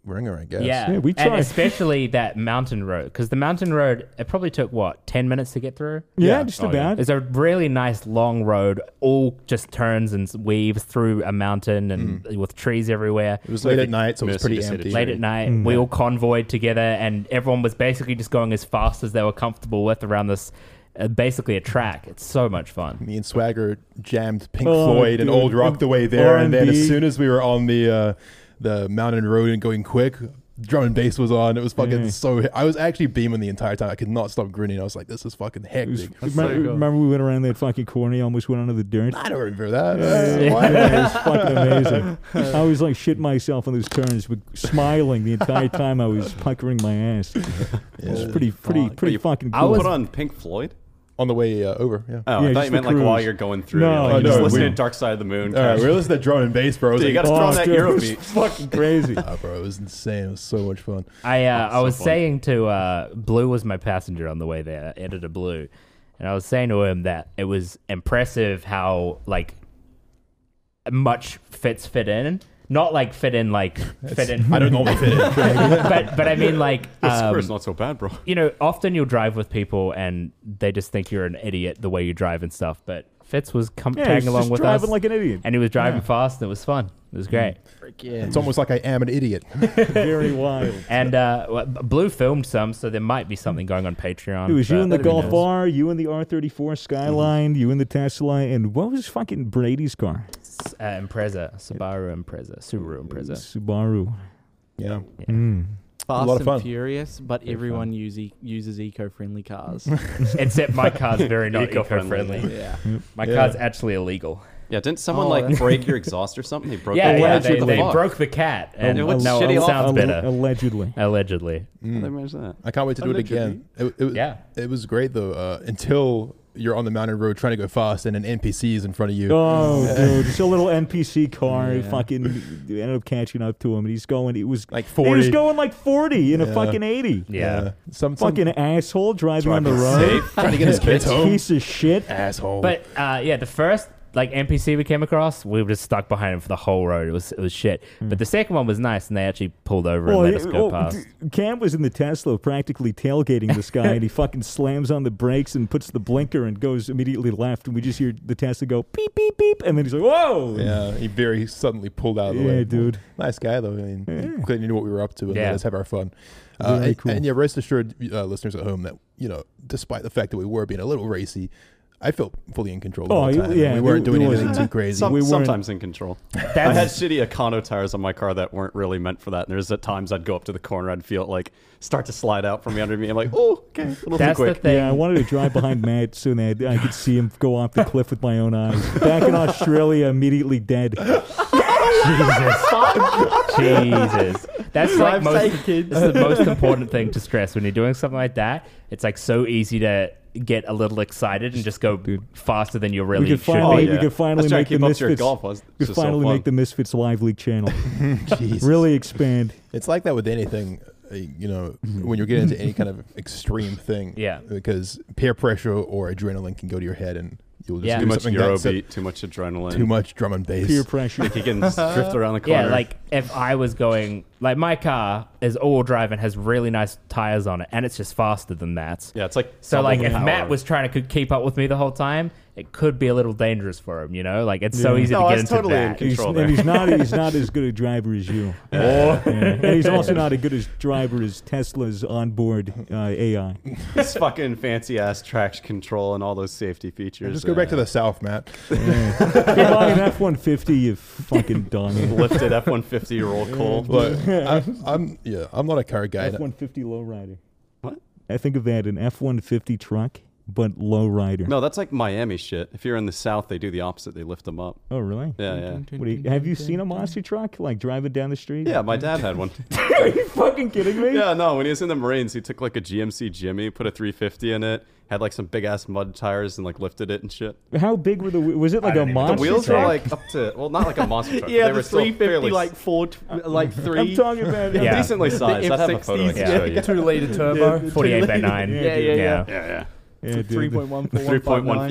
ringer. I guess. Yeah, Yeah, we and tried. especially that mountain road because the mountain road it probably took what ten minutes to get through. Yeah, Yeah. just Oh, yeah. about. It's a really nice long road, all just turns and weaves through a mountain and with trees everywhere. It was late Like at night, so it was Mercy pretty just hit a empty. tree. Late at night, we all convoyed together, and everyone was basically just going as fast as they were comfortable with around this, uh, basically a track. It's so much fun. Me and Swagger jammed Pink Oh, Floyd and dude. Old Rock the way there, and then R&B. as soon as we were on the uh, the mountain road and going quick, drum and bass was on. It was fucking Yeah. so. I was actually beaming the entire time. I could not stop grinning. I was like, "This is fucking It was- hectic." remember, remember we went around that fucking corner, he almost went under the dirt. I don't remember that. Uh, Yeah, Why? it was fucking amazing. I was like shitting myself on those turns, but smiling the entire time I was puckering my ass. It was Yeah. pretty, pretty, Fuck. pretty You- fucking cool. I was put on Pink Floyd. On the way uh, over, yeah. Oh, Yeah, I just thought you the meant like while cruise. you're going through. No, No, like, you're no, just listening we- to Dark Side of the Moon. All right, casually. we're listening to drum and bass, bro. I was Dude, you like, gotta throw on that dude, it Eurobeat. was fucking crazy. "Nah, bro, it was insane. It was so much fun. I uh, I was fun. saying to uh, Blue was my passenger on the way there, editor Blue, and I was saying to him that it was impressive how like much fits fit in, not like fit in like fit in. I don't normally fit in. but but I mean like This um, square's not so bad, bro. you know, often you'll drive with people and they just think you're an idiot the way you drive and stuff. But Fitz was com- Yeah, tagging he's along just with driving us, like Mm. an idiot. and he was driving fast, and it was fun. It was great. It's almost like I am an idiot. Very wild. And uh, w- B- Blue filmed some, so there might be something going on Patreon. It was you but in the who Golf knows? R, you in the R34 Skyline, you in the Tesla, and what was fucking Brady's car? Uh, Impreza, Subaru Impreza, Subaru Impreza. Subaru. Yeah. Mm. Fast lot of and fun. Furious, but everyone use e- uses eco-friendly cars. Except my car's very not Eco-friendly. eco-friendly. yeah. My Yeah. car's actually illegal. Yeah, didn't someone Oh, like that- break your exhaust or something? They broke. yeah, the yeah latch or they, the they lock. broke the cat, and It was now shitty it off- sounds Alle- better. Allegedly. Allegedly, How'd they manage that? I can't wait to do it again. It, it, was- Yeah. It was great though uh, until you're on the mountain road trying to go fast and an NPC is in front of you. Oh, dude, just a little NPC car. Fucking ended up catching up to him, and he's going. It was Like He was 40. going like forty in a Yeah. fucking eighty. yeah. Uh, some, some Fucking asshole driving on the road. Safe. Trying to get his his kids kids home. Piece of shit. asshole. But uh, yeah, the first like NPC we came across, we were just stuck behind him for the whole road. It was it was shit. But the second one was nice, and they actually pulled over and let us it- go oh, past. d- Cam was in the Tesla practically tailgating this guy, and he fucking slams on the brakes and puts the blinker and goes immediately left. And we just hear the Tesla go beep, beep, beep. And then he's like, whoa. yeah, he very suddenly pulled out of the Yeah, way. dude. Nice guy though. I mean, he clearly knew what we were up to and Yeah. let us have our fun. Uh, Very and- cool. And yeah, rest assured, uh, listeners at home, that you know, despite the fact that we were being a little racy, I felt fully in control. Oh, the you- whole time. yeah, we weren't there- doing there was- anything too crazy. Some, We weren't- sometimes in control. I had shitty Econo tires on my car that weren't really meant for that. And there's at times I'd go up to the corner, I'd feel it like start to slide out from under me. I'm like, oh, okay, a little That's too the quick. thing. Yeah, I wanted to drive behind Matt so that I could see him go off the cliff with my own eyes. Back in Australia, immediately dead. Jesus. That's like most, this is the most important thing to stress when you're doing something like that. It's like so easy to get a little excited and just go faster than you really we could should finally, be. we could finally Let's try make and the keep up to your misfits. golf. was- we this could is so finally fun. make the misfits live league channel. Jesus. really expand. It's like that with anything, uh, you know, when you get into any kind of extreme thing. Mm-hmm. Yeah. Because peer pressure or adrenaline can go to your head and you'll just Yeah. do Too much something that's a- Eurobeat, too much adrenaline. too much drum and bass. Peer pressure. You can drift around the corner. Yeah, like if I was going, like my car is all drive and has really nice tires on it, and it's just faster than that. yeah, it's like So like double if the Matt power. was trying to could keep up with me the whole time, it could be a little dangerous for him. You know, like it's so Yeah. easy No, to I get was into totally in that. He's, Control and there. he's not he's not as good a driver as you. Yeah. And he's also not as good as driver as Tesla's onboard uh, AI. this fucking fancy ass traction control and all those safety features. Just go back to the South, Matt. Come on, an F one fifty, you fucking uh, dong. lifted F one fifty roll coal. Look, I'm, I'm, yeah, I'm not a car guy. F one fifty lowrider. What? I think of that an F one fifty truck, but lowrider. No, that's like Miami shit. If you're in the South, they do the opposite. They lift them up. Oh really? Yeah, yeah. Mm-hmm. What do you, have you seen a monster truck like driving down the street? Yeah, my dad had one. Are you fucking kidding me? Yeah, no, when he was in the Marines, he took like a GMC Jimmy, put a 350 in it, had like some big ass mud tires and like lifted it and shit. How big were the whe- was it like a The monster? wheels truck? were like up to, well, not like a monster truck. but they were still fairly four, t- like I'm three. talking about Yeah. decently sized. I'd have a photo I can F60s, show you. Two liter turbo. Forty-eight by nine. yeah, Yeah, yeah. Yeah, Yeah, dude, Three the- point one yeah.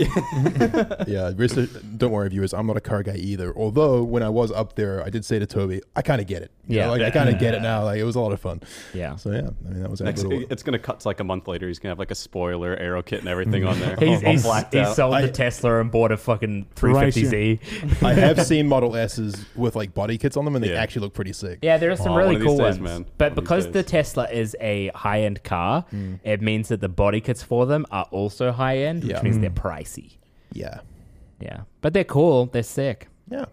3.1. yeah, rest- don't worry, viewers. I'm not a car guy either. Although when I was up there, I did say to Toby, I kind of get it. You Yeah. know, like I kind of get it now. Like it was a lot of fun. Yeah. So yeah, I mean that was Next, a little, it's gonna cut to like a month later. He's gonna have like a spoiler, arrow kit, and everything on there. Oh, He's, All he's, blacked he out. sold I- the Tesla and bought a fucking Right, 350Z. I have seen Model S's with like body kits on them, and they Yeah. actually look pretty sick. Yeah, there are some Oh, really one of these cool ones. days, man. But One of these because the days. Tesla is a high end car, it means that the body kits for them are also high end, Yeah. which means they're pricey. Yeah. Yeah. But they're cool. They're sick. Yeah.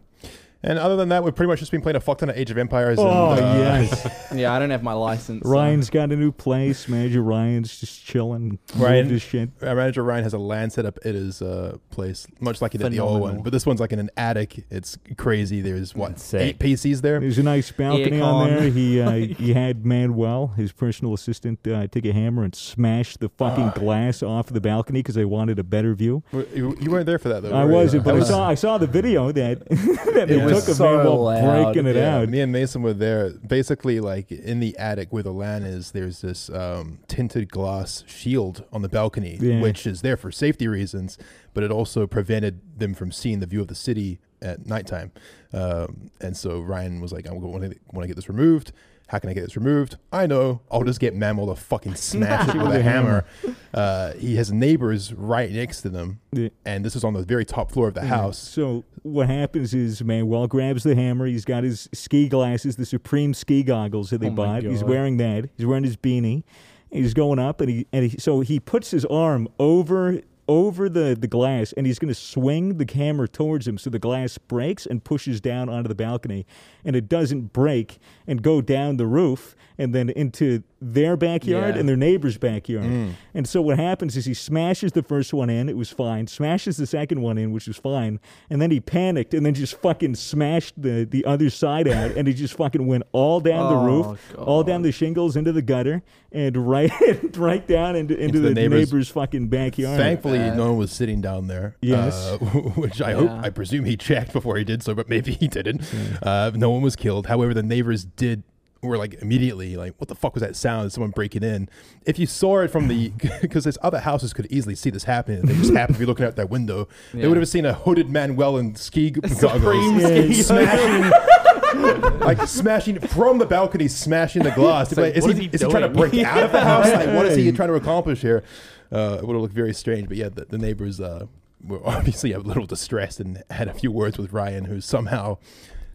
And other than that, we've pretty much just been playing a fuck ton of Age of Empires. Oh and, uh, yes, Yeah, I don't have my license. so- Ryan's got a new place. Manager Ryan's just chilling, Ryan- Ryan, this shit. Our manager Ryan has a land set up at his uh, place, much like he did the old Phenomenal. one. But this one's like in an attic. It's crazy. There's what Sick. eight PCs there. There's a nice balcony on Aircon. there. He uh, he had Manuel, his personal assistant, uh, take a hammer and smash the fucking glass off the balcony because they wanted a better view. W- You you weren't there for that though. I were you? wasn't, but That I was- saw I saw the video that that they It was took of so Manuel loud, breaking it Yeah, out. Me and Mason were there. Basically, like in the attic where the LAN is, there's this um, tinted glass shield on the balcony, Yeah. which is there for safety reasons, but it also prevented them from seeing the view of the city at nighttime. Um, and so Ryan was like, "I want to want to get this removed." How can I get this removed? I know. I'll just get Mammal to fucking smash it with a hammer. Uh, he has neighbors right next to them, Yeah. and this is on the very top floor of the house. So what happens is Manuel grabs the hammer. He's got his ski glasses, the Supreme ski goggles that they Oh my bought. He's God. wearing that. He's wearing his beanie. He's going up, and he and he, so he puts his arm over over the, the glass and he's going to swing the camera towards him so the glass breaks and pushes down onto the balcony and it doesn't break and go down the roof and then into their backyard Yeah. and their neighbor's backyard. Mm. And so what happens is he smashes the first one in, it was fine, smashes the second one in, which was fine, and then he panicked and then just fucking smashed the, the other side out and he just fucking went all down the Oh, roof, all down the shingles into the gutter and right right down into, into, Into the, the neighbor's, neighbor's- fucking backyard. Thankfully, no one was sitting down there. Yes. uh, which I hope, Yeah. I presume he checked before he did so, but maybe he didn't. Uh, no one was killed. However, the neighbors did were like immediately like, "What the fuck was that sound? Is someone breaking in?" If you saw it from the, because there's other houses could easily see this happening. They just happened to be looking out their window. They Yeah. would have seen a hooded Manuel in ski g- goggles, ski smashing. like smashing from the balcony, smashing the glass. It's like, is, what he, is he is he trying to doing? break out of the house? Like, what is he trying to accomplish here? Uh, it would have looked very strange. But yeah, the, the neighbors uh, were obviously a little distressed and had a few words with Ryan, who somehow.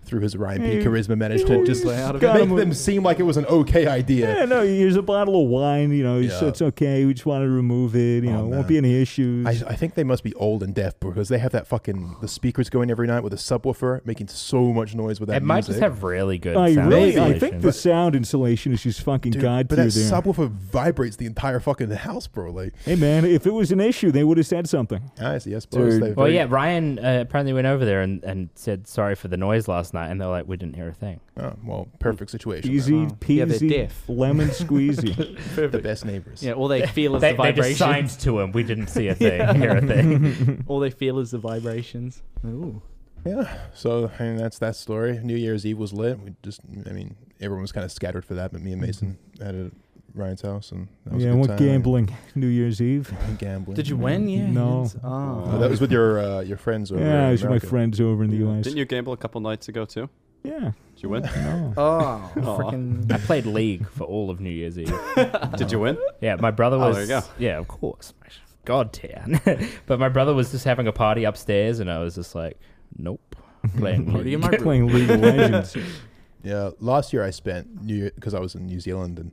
Through his Ryan P charisma, managed to just Way out make of it. them seem like it was an okay Yeah, idea. no, here's a bottle of wine. You know, so Yeah. Oh, it's okay. We just wanted to remove it. You know, won't be any issues. I, I think they must be old and deaf because they have that fucking the speakers going every night with a subwoofer, making so much noise with that. It might music. just have really good. I sound really, I insulation. think the sound insulation is just fucking Dude, god but tier that there. subwoofer vibrates the entire fucking house, bro. Like, hey man, if it was an issue, they would have said something. I see. I suppose. Dude. they're Well, very- yeah, Ryan uh, apparently went over there and, and said sorry for the noise last night, and they're like, we didn't hear a thing. Oh, well, perfect situation. Easy Wow. Yeah, they're peasy, deaf. lemon squeezy. then. The best neighbors. Yeah, all they feel is They, the they just signed vibrations. to him. We didn't see a thing, hear a thing. All they feel is the vibrations. Ooh. Yeah. So I mean, that's that story. New Year's Eve was lit. We just, I mean, everyone was kind of scattered for that, but me and Mason had it at Ryan's house, and that was a Mm-hmm. yeah, I good went time. gambling New year's eve. And gambling. Did you win? Yeah. you No. did. Oh. Oh, that was with your uh, your friends. Over yeah, in it was with my America. friends over in the U.S. oh. Didn't you gamble a couple nights ago too? yeah, Did you win? no. Oh. Aw. I played League for all of New Year's Eve. Did you win? Yeah, my brother Oh, was. there you go. Yeah, of course. God tier. but my brother was just having a party upstairs, and I was just like, nope. Playing Party in League. my room. playing League of Legends. Yeah, last year I spent New Year because I was in New Zealand and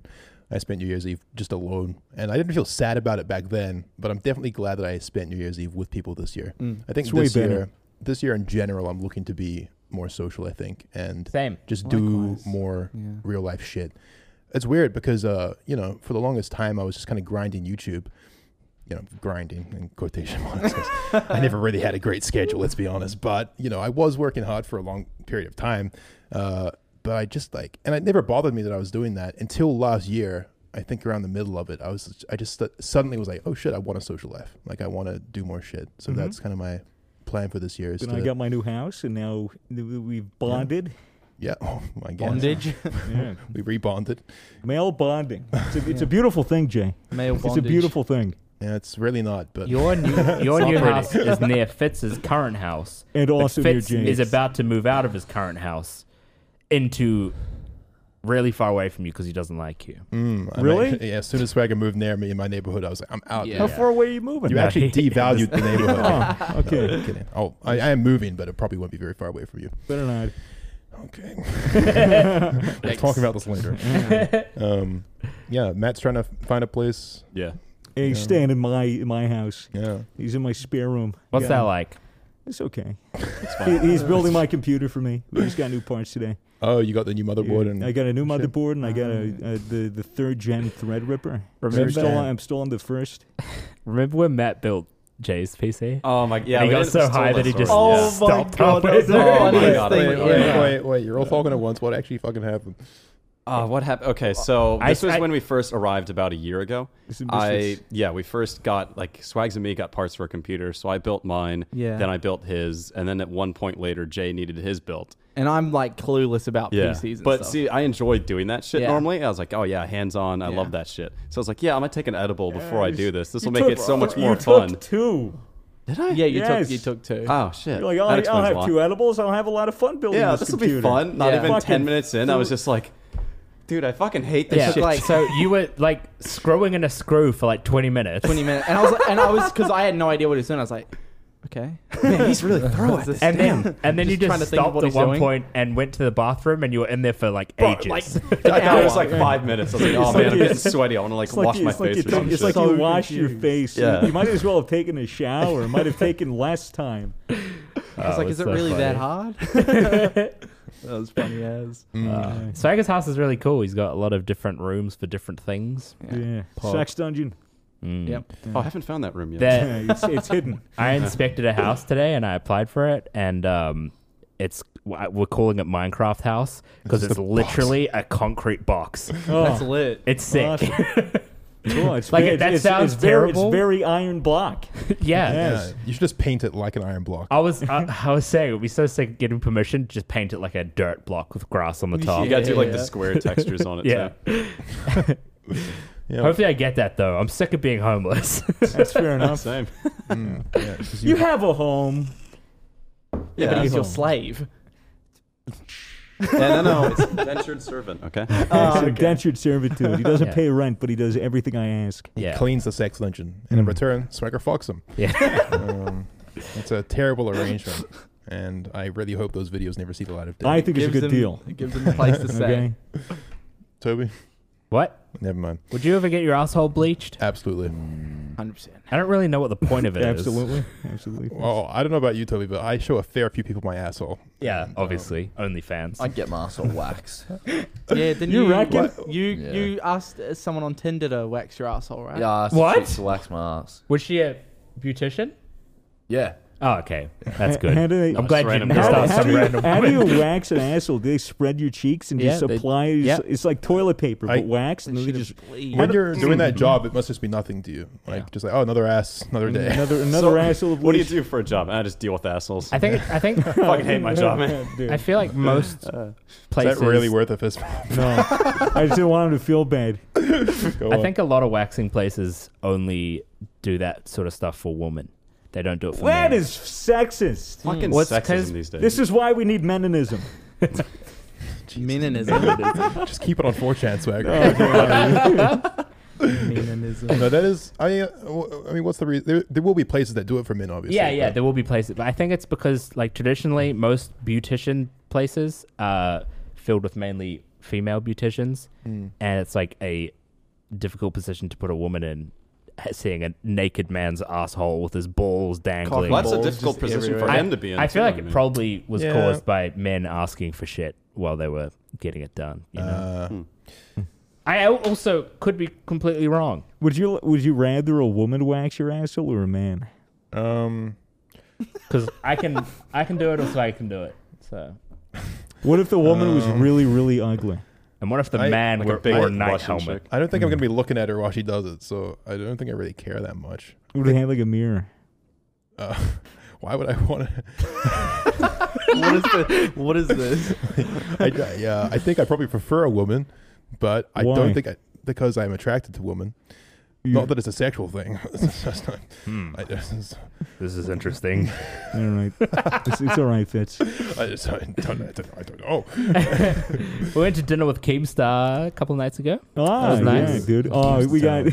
I spent New Year's Eve just alone, and I didn't feel sad about it back then. But I'm definitely glad that I spent New Year's Eve with people this year. Mm. I think It's way this better. year, this year in general, I'm looking to be more social. I think and Same. just Likewise. do more Yeah. real life shit. It's weird because uh, you know, for the longest time I was just kind of grinding YouTube. You know, grinding in quotation marks. 'cause I never really had a great schedule, let's be honest. But you know, I was working hard for a long period of time. Uh, but I just like, and it never bothered me that I was doing that until last year. I think around the middle of it, I was, I just stu- suddenly was like, oh shit, I want a social life. Like I want to do more shit. So Mm-hmm. Mhm. that's kind of my plan for this year. Is Then to, I got my new house, and now we've bonded. yeah, oh my god, Bondage. Yeah. we rebonded. Male bonding. It's a, it's a Yeah. beautiful thing, Jay. Male bondage. It's a beautiful thing. Yeah, it's really not, but Your new, your not pretty. new house is near Fitz's current house. And But also Fitz near James. is about to move out of his current house into really far away from you because he doesn't like you. Mm, I Really? mean, yeah, as soon as Swagger moved near me in my neighborhood, I was like, I'm out. Yeah. How man. far away are you moving? You actually he- devalued the neighborhood. oh, okay. No, I'm kidding. Oh, I, I am moving, but it probably won't be very far away from you. Better not. Okay. We're talking about this later. um, yeah, Matt's trying to find a place. Yeah. Hey, he's Yeah. staying in my in my house. Yeah. He's in my spare room. What's Yeah. that like? It's okay. It's He, fine. he's building my computer for me. We just got new parts today. Oh, you got the new motherboard Yeah. and I got a new shit. motherboard, and I got a, Um, a the the third gen Threadripper. So I'm Remember- still on, I'm still on the first. Remember when Matt built Jay's PC? Oh my! Yeah, And he we got didn't so tell high that he story. just Yeah. Oh my stopped God, halfway that was the through. Oh my funniest God, I thing Wait, remember wait, that. wait, wait! You're all talking at once. What actually fucking happened? Uh, what happened? Okay, so I- this was I- when we first arrived about a year ago. This is- this I is- yeah, we first got like Swags and me got parts for a computer, so I built mine. Yeah. Then I built his, and then at one point later, Jay needed his built. And I'm like clueless about PCs and but stuff. see, I enjoy doing that shit Yeah. normally. I was like, oh yeah, hands on. I Yeah. love that shit. So I was like, yeah, I'm gonna take an edible before I you- do this. This you will make took- it so much you more took fun. Two. Did I? yeah, you Yes. took you took 2 Oh shit. You're like, I'll, That I'll explains a have lot. two edibles. I'll have a lot of fun building Yeah, this, this will computer. be fun. Not Yeah. even Fucking ten minutes in, I was just like, dude, I fucking hate this Yeah, shit. like so you were like screwing in a screw for like twenty minutes. 20 minutes. And I was like, and I was because I had no idea what it was doing. I was like, Okay. Man, he's really throwing That's this. a And Damn. then, and then you Just trying just to think of stopped what at he's one doing. point and went to the bathroom, and you were in there for like Bro, ages. like, I thought it was like five minutes. I was like, oh It's man, like I'm you- getting sweaty. I want to like It's wash like, my it's like face you, or took- something. it's like So you wash your confused. face. You- Yeah. You, might as well have taken a shower. It might have taken less time. I was like, is it really that hard? that was funny as. Uh, Swagger's house is really cool. He's got a lot of different rooms for different things. Yeah. Yeah. Pop. Sex dungeon. Mm. Yep. Oh, I haven't found that room yet. That Yeah, it's, it's hidden. I inspected a house today and I applied for it, and um, it's w- we're calling it Minecraft House because It's it's the literally a concrete box. Oh, That's lit. It's sick. Awesome. cool. It's, Like, it's, that it's, sounds it's very, terrible. It's very iron block. yeah. Yeah, you should just paint it like an iron block. I was I, I was saying it'd be so sick of getting permission to just paint it like a dirt block with grass on the top. you got to do like Yeah. the square textures on it. Yeah. Too. Yeah, Hopefully I get that though. I'm sick of being homeless. That's fair enough. Same. mm, yeah, 'cause Oh, You have a home. Yeah, but Yeah. he's your slave. no, no, it's indentured servant. Okay. It's indentured servitude. He doesn't Yeah. pay rent, but he does everything I ask. he yeah. cleans the sex dungeon, and Hmm. in return, Swagger fucks him. Yeah. Um, it's a terrible arrangement, and I really hope those videos never see the light of day. I think it's a Gives good them- deal. It gives him the place to stay. Okay. Toby, What? never mind. Mm. Would you ever get your asshole bleached? Absolutely. 100%. I don't really know what the point of it is. Absolutely. Absolutely. Oh, I don't know about you, Toby, but I show a fair few people my asshole. Yeah, And, um, obviously. Only fans. I'd get my asshole waxed. Yeah, then You you, reckon? You, Yeah. you asked uh, someone on Tinder to wax your asshole, right? Yeah, I asked What? what? to wax my ass. Was she a beautician? Yeah. Oh, okay. That's good. How do they- I'm glad you random didn't girl. just How, ask how some do you, random how do woman. you wax an asshole? Do they spread your cheeks and just Yeah, they- apply? yeah. It's like toilet paper, I- but wax, and They then they should've just bleed. When you're doing that job, it must just be nothing to you. Like, just like, oh, another ass, another day. Mm-hmm. another another So, asshole. Of What do you bleach. do for a job? I just deal with assholes. I I think I think fucking hate my job, man. Dude, I feel like most places Is that really worth a fist bump? no, I just didn't want him to feel bad. Go I on. think a lot of waxing places only do that sort of stuff for women. They don't do it for That men. is sexist. fucking What's sexism 'cause these days. This is why we need meninism. Meninism. just keep it on 4chan, Oh. Swagger. Meninism. no, that is. I mean, uh, w- I mean, what's the reason? There, there will be places that do it for men, obviously. yeah, yeah, but there will be places. But I think it's because like traditionally most beautician places are filled with mainly female beauticians and it's like a difficult position to put a woman in seeing a naked man's asshole with his balls dangling. well, that's a Balls difficult just position for everywhere. I- them to be in. I feel too, like mean. it probably was Yeah. caused by men asking for shit while they were getting it done. You know? uh, I al- also could be completely wrong. Would you would you rather a woman wax your asshole or a man? um, because I can I can do it also I can do it. So What if the woman Oh. was really really ugly? and what if the I- man Like a were big wore a Russian night chick. helmet? I don't think I'm gonna be looking at her while she does it, so I don't think I really care that much. Would they have like a mirror? Uh, why would I want to? what is the, What is this? I, yeah, I think I probably prefer a woman, but I Why? don't think I because I'm attracted to women. Not that it's a sexual thing. It's just not- Hmm. I just, This is interesting. All right, it's, it's all right, Fitz. I just I don't, I don't, I don't know. Oh, we went to dinner with Keemstar a couple nights ago. Ah, was nice. yeah, dude. Oh, we got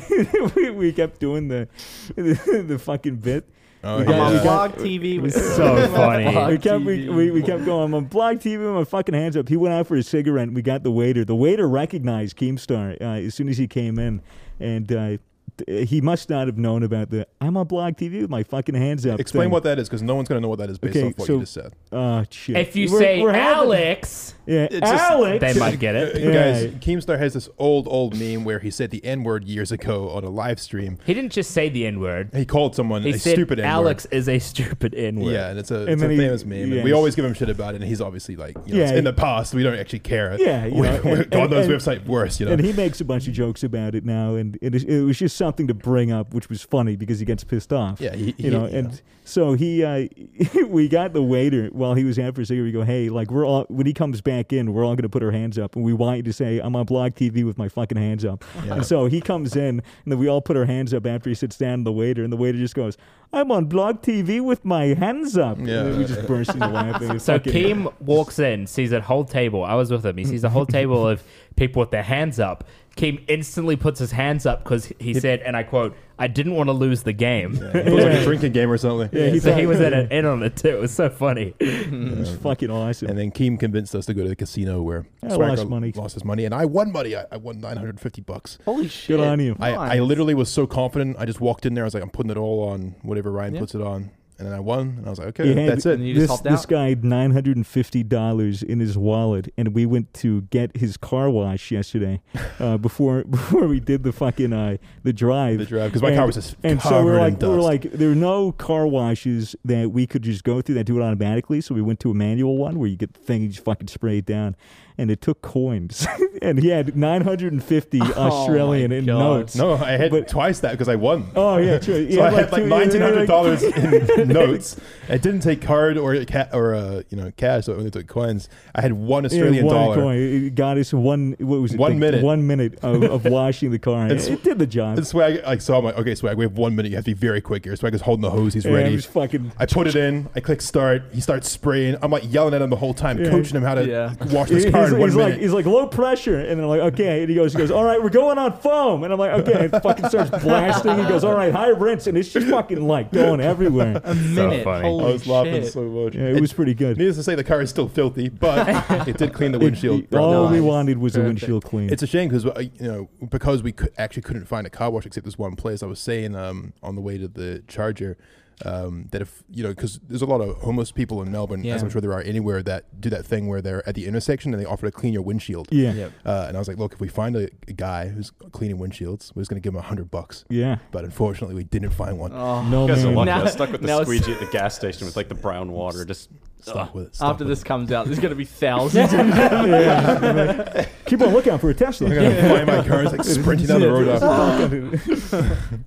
we, we kept doing the the, the fucking bit. Oh, We yeah. got- Vlog we got- TV was So funny. We kept we, TV. we, we kept going. My black TV, with my fucking hands up. He went out for a cigarette. and We got the waiter. The waiter recognized Keemstar uh, as soon as he came in, and uh, th- he must not have known about the I'm on black TV with my fucking hands up. Explain thing. what that is, because no one's gonna know what that is based Okay, off what so- you just said. Oh shit! If you We're- say we're having- Alex, yeah, It's just- Alex. they might get Uh, it. Guys, Yeah. Keemstar has this old, old meme where he said the N word years ago on a live stream. He didn't just say the N word. He called someone He a said stupid N word. Alex is a stupid N word. Yeah, and it's a, And it's a then he- famous meme. and we yes. always give him shit about it, and he's obviously like, you know, it's Yeah, in he- the past, we don't actually care. Yeah, you We- know, we- and- God and- knows and- website worse, you know. And he makes a bunch of jokes about it now, and it, is- it was just something to bring up, which was funny because he gets pissed off. Yeah, he- he- you know, yeah. and so he, uh, we got the waiter while he was out for a cigarette. We go, hey, like we're all when he comes back in, we're all gonna put our hands up, and we want you to say, I'm on Blog TV with my fucking hands up. And so he comes in, and then we all put our hands up after he sits down. The waiter, and the waiter just goes, I'm on Blog TV with my hands up. And then we just burst into laughing. It's So fucking- Keem walks in, sees a whole table. I was with him. He sees a whole table of people with their hands up. Keem instantly puts his hands up because he said, and I quote, I didn't want to lose the game. It was like a drinking game or something. Yeah, he so thought- he was at an in on it too. It was so funny. It was fucking awesome. Mm-hmm. And then Keem convinced us to go to the casino where I Swanker lost money. lost his money, and I won money. I, I won 950 bucks. Holy shit! on you. I, I Nice. literally was so confident. I just walked in there. I was like, I'm putting it all on whatever Ryan Yeah. puts it on. And then I won, and I was like, okay, Yeah, that's it. And you just this hopped this out. guy had nine hundred and fifty dollars in his wallet, and we went to get his car wash yesterday uh, before before we did the fucking uh, the drive. The drive, 'cause my and, car was just and so covered we're in like we're dust. like there are no car washes that we could just go through that do it automatically. So we went to a manual one where you get the thing and you just fucking spray it down, and it took coins, and he had nine hundred and fifty Australian in God. notes. Oh No, I had But- twice that because I won. Oh yeah, true. so I had like nineteen hundred dollars in notes. It didn't take card or ca- or uh, you know cash, so it only took coins. I had one Australian yeah, one dollar. Coin. It got us one. What was it? One The- minute. One minute of, of washing the car. It's- it, it did the job. And Swag, like, so I'm like, okay, Swag, we have one minute. You have to be very quick here. Swag is holding the hose. He's Yeah, ready. it was fucking. I put it in. I click start. He starts spraying. I'm like yelling at him the whole time, Yeah. coaching him how to Yeah. wash He's, this car in he's one like, minute. he's like low pressure, and then I'm like, okay. And he goes, he goes, all right, we're going on foam, and I'm like, okay. And fucking starts blasting. He goes, all right, high rinse, and it's just fucking like going everywhere. a minute. funny. I Holy was laughing shit. so much. Yeah, it was pretty good. Needless to say, the car is still filthy, but it did clean the windshield. It- all we Nice. wanted was the Perfect. windshield clean. It's a shame because you know because we could, actually couldn't find a car wash except this one place. I was saying um, on the way to the charger um, that if you know because there's a lot of homeless people in Melbourne, Yeah. as I'm sure there are anywhere that do that thing where they're at the intersection and they offer to clean your windshield. yeah, yeah. Yep. Uh, and I was like, look, if we find a, a guy who's cleaning windshields, we're just gonna give him a hundred bucks. But unfortunately, we didn't find one. Oh. No You guys are man. lucky. I Now- was stuck with now the it's- squeegee at the gas station with like the brown water. Just Stuck with it. Stuck After with this comes out, there's gonna be thousands. of Yeah. Keep on looking out for a Tesla. it. I'm gonna find my car. It's like sprinting down the road. after. Fucking-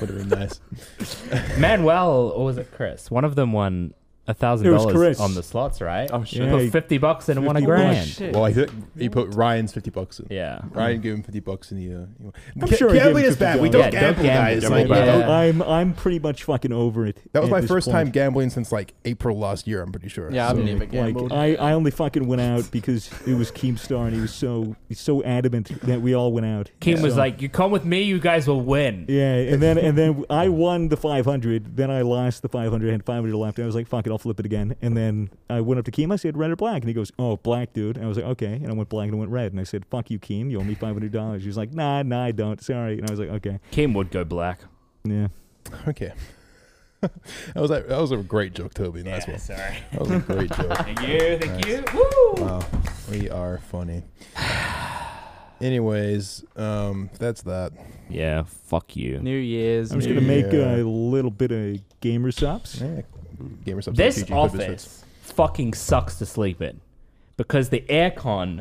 Would have been nice. Manuel or was it Chris? One of them won a thousand It was Chris. dollars on the slots, right? oh He shit. Yeah, put fifty bucks in and won a 50 grand. bucks. shit. Well, I think he put Ryan's fifty bucks in. Yeah. Ryan gave him fifty bucks, and he. Uh, he won. I'm sure he gave gambling him is bad. We $50. don't Yeah, don't gamble, gamble, guys. gamble Like, bad. uh, Yeah. I'm I'm pretty much fucking over it. That was at my this first point. time gambling since like April last year. I'm pretty sure. Yeah, I've So- never Like gambled. I, I only fucking went out because it was Keemstar and he was so he's so adamant that we all went out. Keem was So- like, "You come with me, you guys will win." yeah, and then and then I won the 500. Then I lost the 500. I had 500 left. And I was like, fuck it, I'll flip it again. And then I went up to Keem. I said, red or black? And he goes, oh, black, dude. And I was like, okay. And I went black and I went red. And I said, fuck you, Keem. You owe me 500. dollars He was like, nah, nah, I don't. Sorry. And I was like, okay, Keem would go black. yeah. Okay. that was like, that was a great joke, Toby. Nice one. sorry. That was a great joke. Thank you, thank you. Woo! Wow, we are funny. Anyways, um, that's that. Yeah, fuck you. New Year's. I'm just new gonna make Yeah. a little bit of gamer stops. Yeah. Gamer subs This PG for business. office fucking sucks to sleep in because the aircon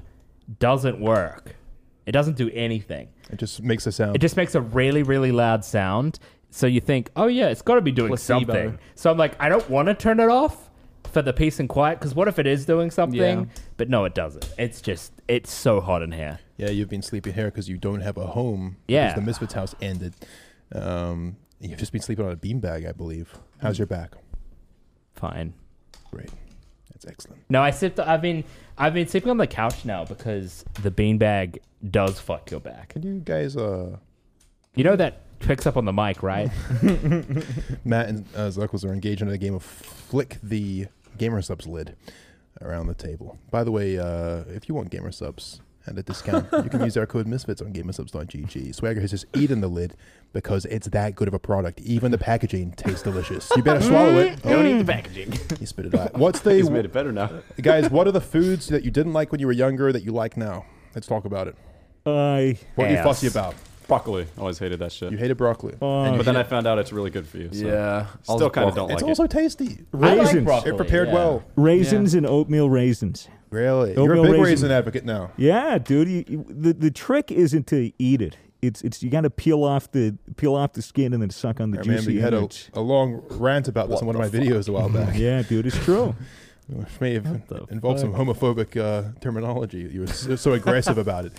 doesn't work. It doesn't do anything. It just makes a sound. It just makes a really, really loud sound. So you think, oh yeah, it's got to be doing Placebo. something. So I'm like, I don't want to turn it off for the peace and quiet because what if it is doing something? Yeah. But no, it doesn't. It's just, it's so hot in here. yeah, you've been sleeping here because you don't have a home. Yeah. Because the Misfits house ended. Um, you've just been sleeping on a beanbag, I believe. How's your back? Fine. Great. That's excellent. No, I slept. I've been, I've been sleeping on the couch now because the beanbag does fuck your back. Can you guys, uh, You know that picks up on the mic, right? Matt and uh, Zuckles are engaged in a game of flick the gamer subs lid around the table. By the way, uh, if you want gamer subs at a discount, you can use our code misfits on gamersubs.gg. Swagger has just eaten the lid because it's that good of a product. Even the packaging tastes delicious. You better swallow it. Don't eat the packaging. You spit it out. What's the He's made it better now. guys? What are the foods that you didn't like when you were younger that you like now? Let's talk about it. I What are you Ass. fussy about? Broccoli. Always hated that shit. You hated broccoli. uh, but then Oh, I found out it's really good for you. So. Yeah. Still kind of don't it's like also it. tasty. I like raisins, broccoli. It prepared yeah. well. raisins, and oatmeal raisins. Really? You're a Oatmeal big raisin. raisin advocate now. Yeah, dude. You, you, the the trick isn't to eat it. It's it's you got to peel off the peel off the skin and then suck on the I remember juicy you had a, innards. a long rant about this in one of my videos a while back, Yeah, dude, it's true. which may have involved some homophobic uh, terminology. You were so, so aggressive about it.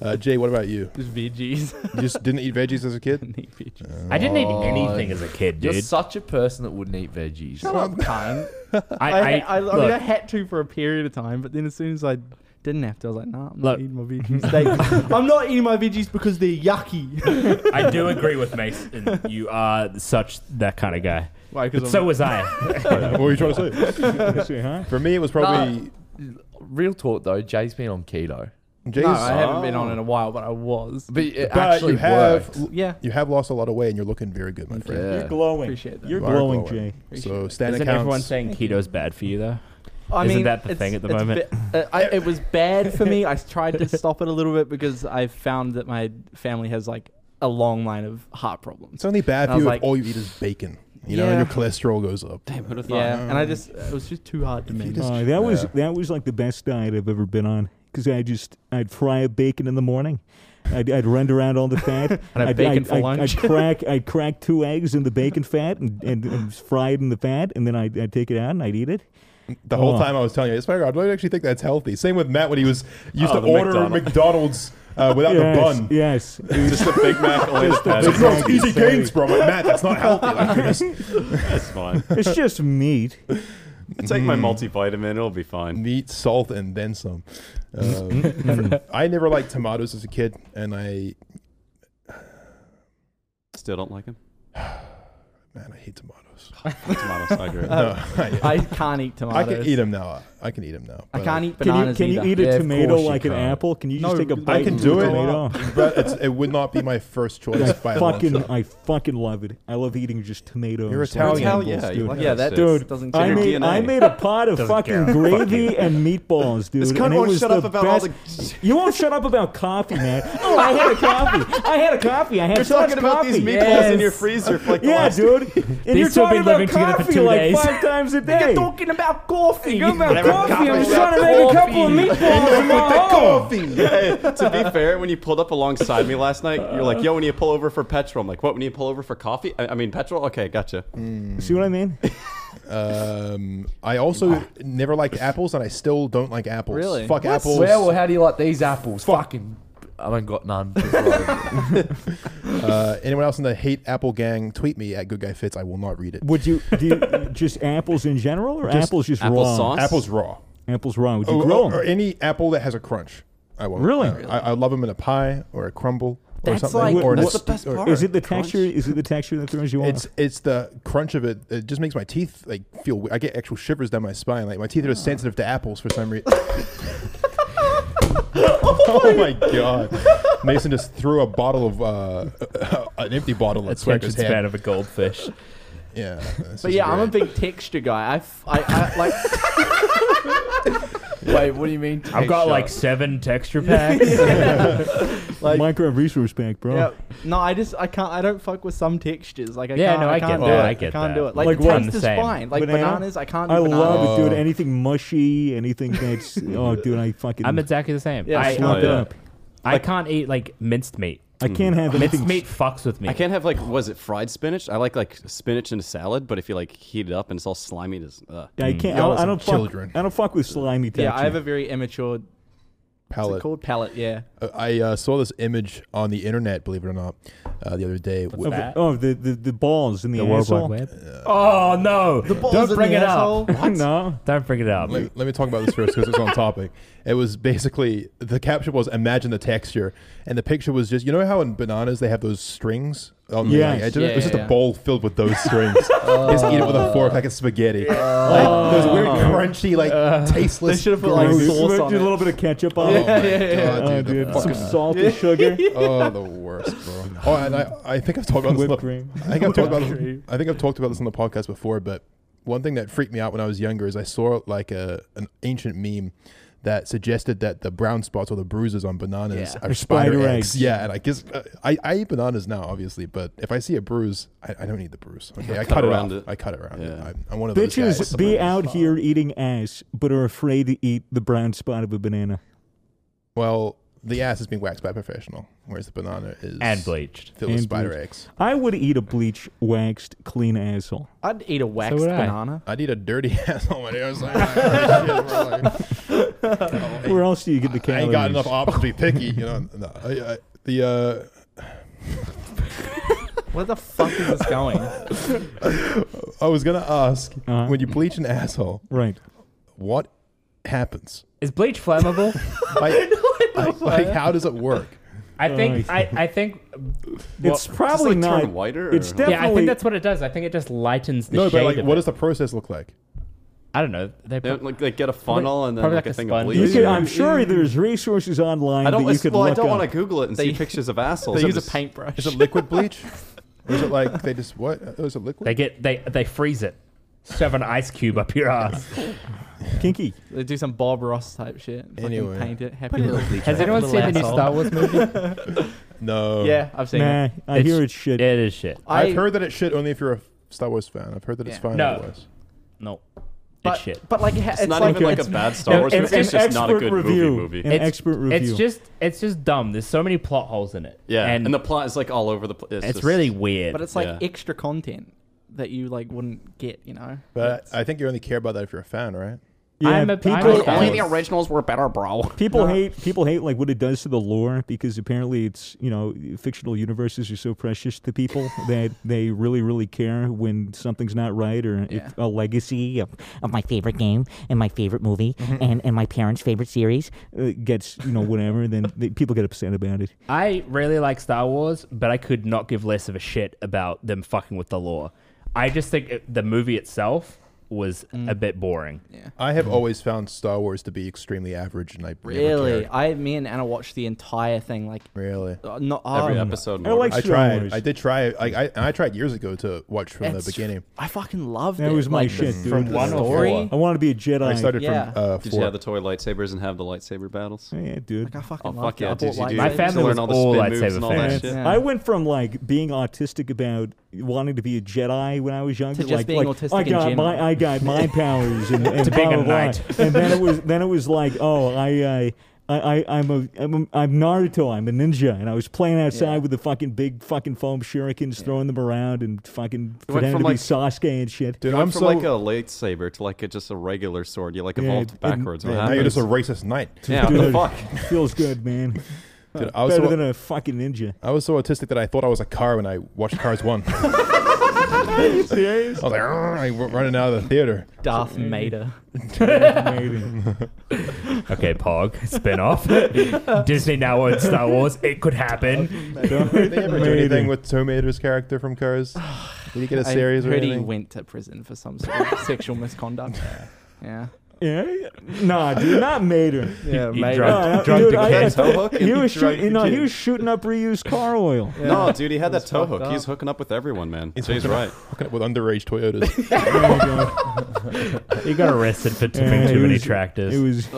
Uh, Jay, what about you? Just veggies. You just didn't eat veggies as a kid? Need veggies. I didn't eat Oh. anything as a kid, You're dude. such a person that wouldn't eat veggies. Shut up, cunt. I, I, I, I, I, mean, I look, had to for a period of time, but then as soon as I Didn't have to. I was like, nah, I'm not Look. eating my veggies. They- I'm not eating my veggies because they're yucky. I do agree with Mason. You are such that kind of guy. Why? But so was I. what were you trying to say? See, huh? For me, it was probably Real talk though, Jay's been on keto, Jay's. no, I haven't been Oh. on in a while, but I was. but it but actually you have worked. Yeah, you have lost a lot of weight, and you're looking very good, my friend. Yeah. You're glowing. appreciate that. You're You are glowing, glowing. Jay. So stand Isn't accounts. everyone saying keto's bad for you though? I Isn't mean, that the it's- thing at the it's moment? ba- uh, I, it was bad for me. I tried to stop it a little bit because I found that my family has like a long line of heart problems. it's only bad I for was you like- if all you eat is bacon. You know, and Yeah. your cholesterol goes up. yeah, and "Oh." I just it was just too hard to manage. just- Uh, that was Yeah. that was like the best diet I've ever been on because I just I'd fry a bacon in the morning, I'd, I'd render around all the fat, and have I'd, bacon I'd, for I'd, lunch. I'd crack I'd crack two eggs in the bacon fat and, and, and fry it in the fat, and then I'd, I'd take it out and I'd eat it. The whole Oh. time I was telling you, it's my God, I don't actually think that's healthy. Same with Matt when he was used Oh, to the order McDonald. McDonald's uh, without yes, the bun. yes. Just a Big Mac only the patty. It's not easy gains, bro. I'm like, Matt, that's not healthy. Like, Chris. It's fine. it's just meat. Take my multivitamin. It'll be fine. meat, salt, and then some. Uh, I never liked tomatoes as a kid, and I Still don't like him. man, I hate tomatoes. Tomatoes, I agree. No, I, I can't eat I Uh, tomatoes. can eat them now. I can eat them now. I but can't eat Can you bananas can you either. eat a Yeah, of tomato course you like an can't. apple? Can you just No, take a I bite? can of do a it. Tomato? But it's, it would not be my first choice I by a long fucking shot. I fucking love it. I love eating just tomatoes. You're like Italian. Hell apples, yeah, you dude. like yeah, that that shit. dude doesn't. I your count. made, DNA. I made a pot of fucking gravy and meatballs, dude. This cunt and it won't was shut the up about all best- You won't shut up about coffee, man. Oh, I had a coffee. I had a coffee. I had You're so much talking about coffee. these meatballs in your freezer for like the Yeah, last dude. And you're two have talking been about living together for coffee two like days. five times a day. talking about coffee. You're about Whatever coffee. I'm coffee just trying to make a couple of meatballs in my home. Hey, to be fair, when you pulled up alongside me last night, you're like, "Yo, when you pull over for petrol," I'm like, "What? When you pull over for coffee?" I, I mean, petrol. Okay, gotcha. See what I mean? Um, I also never liked apples, and I still don't like apples. Really? Fuck apples. Well, how do you like these apples? Fucking, I haven't got none. uh, anyone else in the hate apple gang, tweet me at Good Guy Fitz. I will not read it. Would you do you- just apples in general, or apples just apple raw? sauce? Apples raw. Apples raw. Would Oh, you Or, grow Oh, or, 'em? or any apple that has a crunch. I won't. Uh, Really? I, I- I love them in a pie or a crumble or That's something. like- or in a That's the stew- best or- part. Is it the texture? Is it the texture that throws you off? It's it's the crunch of it. It just makes my teeth like feel. we- I get actual shivers down my spine. Like my teeth are just Ah. sensitive to apples for some reason. oh my god! Mason just threw a bottle of uh, an empty bottle at That's Swagger's Swagger's head. bad of a goldfish. Yeah, this But is yeah, I'm a great. big texture guy. I, f- I, I like. Wait, what do you mean? I've got like seven texture packs. like Minecraft resource pack, bro. yeah, no, I just I can't. I don't fuck with some textures. Like I Yeah, can't. no, I I get can't do that, it. I get can't that. do it. Like, Like the what? taste is Same. fine. Like Banana? bananas, I can't. Do I bananas. love it, dude. Oh. Anything mushy, anything that's oh, dude, I fucking I'm exactly the same. Yeah, I, slump it up. I can't eat like minced meat. I can't have Minced anything. meat fucks with me. I can't have like, was it fried spinach? I like like spinach in a salad, but if you like heat it up and it's all slimy, it is. Uh, I can't. I Y'all don't, I some don't children. fuck. I don't fuck with slimy texture. Yeah, I have a very immature. What's it palate. called palate? Yeah. Uh, I uh, saw this image on the internet, believe it or not, uh, the other day. Of- oh, the, the the balls in the, asshole. Oh no! Don't bring it up. no, Don't bring it up. let, let me talk about this first because it's on topic. It was basically the caption was imagine the texture, and the picture was just you know how in bananas they have those strings on the Yes. like, edge of it. It was Yeah, just yeah. a bowl filled with those strings. Just eat it with a fork like a spaghetti. Like those weird crunchy, like tasteless. They should've put, gross- like, Dude, sauce do on a it. little bit of ketchup on Oh it. my yeah, yeah. God, Oh, dude, the dude, fucking some salt and sugar. Oh, the worst, bro. Oh, and I, I think I've talked about this. Whipped on the- cream. I think I've talked about. This, I think I've talked about this on the podcast before. But one thing that freaked me out when I was younger is I saw like a an ancient meme that suggested that the brown spots or the bruises on bananas Yeah. are spider, eggs. Yeah, and I guess uh, I, I eat bananas now, obviously, but if I see a bruise, I, I don't eat the bruise. Okay, I cut, it around off. it. I cut it around. Yeah. It. I'm, I'm one of those guys. Bitches be out here eating ass, but are afraid to eat the brown spot of a banana. Well, the ass is being waxed by a professional, whereas the banana is And bleached. filled with And spider bleached. eggs. I would eat a bleach waxed clean asshole. I'd eat a waxed would I. banana. I need a dirty ass on my day. I was like, "Oh, shit, bro, like, Where else do you get the I calories? ain't got enough options to be picky. You know, no, I, I, the uh, Where the fuck is this going? uh, I was gonna ask Uh-huh. when you bleach an asshole, Right. what happens? Is bleach flammable? Like, like, like, how does it work? I think Oh, I, I think it's probably like, not turn whiter, It's or- definitely yeah, I think that's what it does. I think it just lightens the No, shade. but like, of what it. does the process look like? I don't know. They They, put, like they get a funnel and then probably like, like a a thing sponge. of bleach. you could, Yeah. I'm sure there's resources online I don't. that you could well, I look don't up. want to Google it and see pictures of assholes. They I'm use a just- paintbrush. Is it liquid bleach? or is it like they just what? Oh, is it liquid? they get they they freeze it. Shove an ice cube up your ass. Kinky. They do some Bob Ross type shit. Fucking Anyway. paint it. Happy little Has anyone seen the new Star Wars movie? no. Yeah, I've seen it. Nah, I It's- hear it's shit. It is shit. I've I- heard that it's shit only if you're a Star Wars fan. I've heard that it's Yeah. fine No. otherwise. No, but, it's shit. But like, it's, It's not like even like a it's- bad Star Wars an- movie. It's an just not a expert good review. movie An movie. It's- expert review. It's just it's just dumb. There's so many plot holes in it. Yeah, and, and the plot is like all over the place. it's really weird. But it's like Yeah. extra content that you like wouldn't get. You know. But I think you only care about that if you're a fan, right? yeah, I'm a- I'm a people, fan. Only the originals were better, bro. people hate people hate like what it does to the lore because apparently it's you know fictional universes are so precious to people that they really really care when something's not right or Yeah. if a legacy of of my favorite game and my favorite movie and, and my parents' favorite series. uh, gets you know whatever then they, people get upset about it. I really like Star Wars, but I could not give less of a shit about them fucking with the lore. I just think it, the movie itself was a bit boring. I Mm. have always found Star Wars to be extremely average, and I never Really, cared. I me and Anna watched the entire thing. Like, really. uh, not Every um, episode. I like I Star tried. Wars. I did try. Like I, and I tried years ago to watch from the It's- beginning. I fucking loved it. That was my like, shit, dude. from The one or story. four. I want to be a Jedi. I started yeah. from uh, Did four. you have the toy lightsabers and have the lightsaber battles? Yeah, dude. Like, I fucking Oh loved fuck it. I yeah! Did you bought do? My lightsabers. family learn was all the all spin moves lightsaber and all that fans. shit. Yeah. I went from like being autistic about wanting to be a Jedi when I was young To just like, being like, autistic I in got general. my I got my powers and, and To being blah, a blah, blah. knight. and then it was then it was like oh I. Uh, I, I, I'm a I'm, a, I'm Naruto. I'm a ninja, and I was playing outside with the fucking big fucking foam shurikens, throwing them around, and fucking pretending to from, be like- Sasuke and shit. Dude, It went I'm from so. like a lightsaber to like a, just a regular sword. You like Yeah, evolved it- backwards. Man, what now you're happened? just a racist knight. Yeah, what the Dude, fuck? feels good, man. Dude, I was Better so, than a fucking ninja. I was so autistic that I thought I was a car when I watched Cars One. I Serious? was like, "Arr," like, r- running out of the theater. Darth Mater. Okay, Pog, spin off. Disney now owns Star Wars. It could happen. Did they ever do anything with Tomato's character from Cars? Did he get a I series or heard he anything? went to prison for some sort of sexual misconduct. Yeah. Yeah, nah, dude, not Mater. Yeah, He Mater. drugged- No, drugged dude, the I- kid. I- Toe hook? He was drugged shooting. the No, he kid. was shooting up reused car oil. No, dude, he had that toe hook. fucked He's up. hooking up with everyone, man. He's So he's hooking right. Hooking up with underage Toyotas. He got arrested for Yeah, tipping it too many was- tractors. It was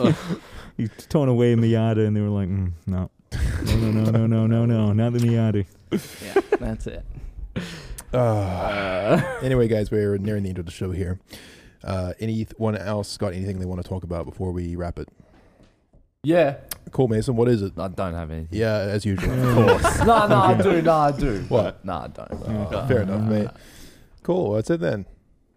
he towing away a Miata, and they were like, mm, no. no, no, no, no, no, no, not the Miata. Yeah, that's it. Ah. anyway, guys, we're nearing the end of the show here. Uh, anyone else got anything they want to talk about before we wrap it? Yeah. Cool, Mason. What is it? I don't have anything. Yeah, as usual. no, no, I do. No, I do. What? No, I don't. Uh, fair enough, mate. Cool. well, that's it then.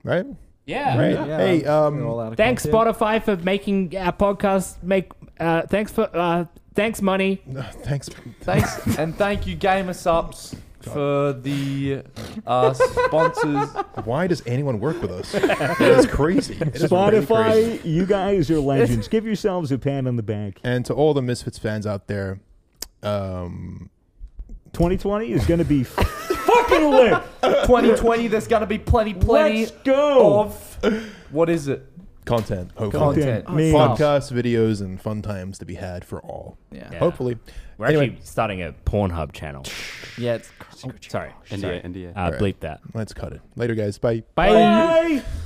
Right? yeah. Right. Yeah, hey, we're all um, out of Thanks, content. Spotify, for making our podcast make. Uh, thanks for. Uh, thanks, money. thanks. Thanks, and thank you, Gamer Subs, for the uh, sponsors. Why does anyone work with us? It's crazy. It is really crazy. Spotify, you guys are legends. Give yourselves a pat on the back. And to all the Misfits fans out there, um, 2020 is going to be fucking lit. 2020, there's going to be plenty, plenty Let's go. of. What is it? content, hopefully. Content. Man, Podcasts, videos, and fun times to be had for all. Yeah. Yeah. Hopefully. We're Anyway. actually starting a Pornhub channel. Yeah, it's Sorry. NDA, NDA. Uh, bleep that. Let's cut it. Later, guys. Bye. Bye. Bye.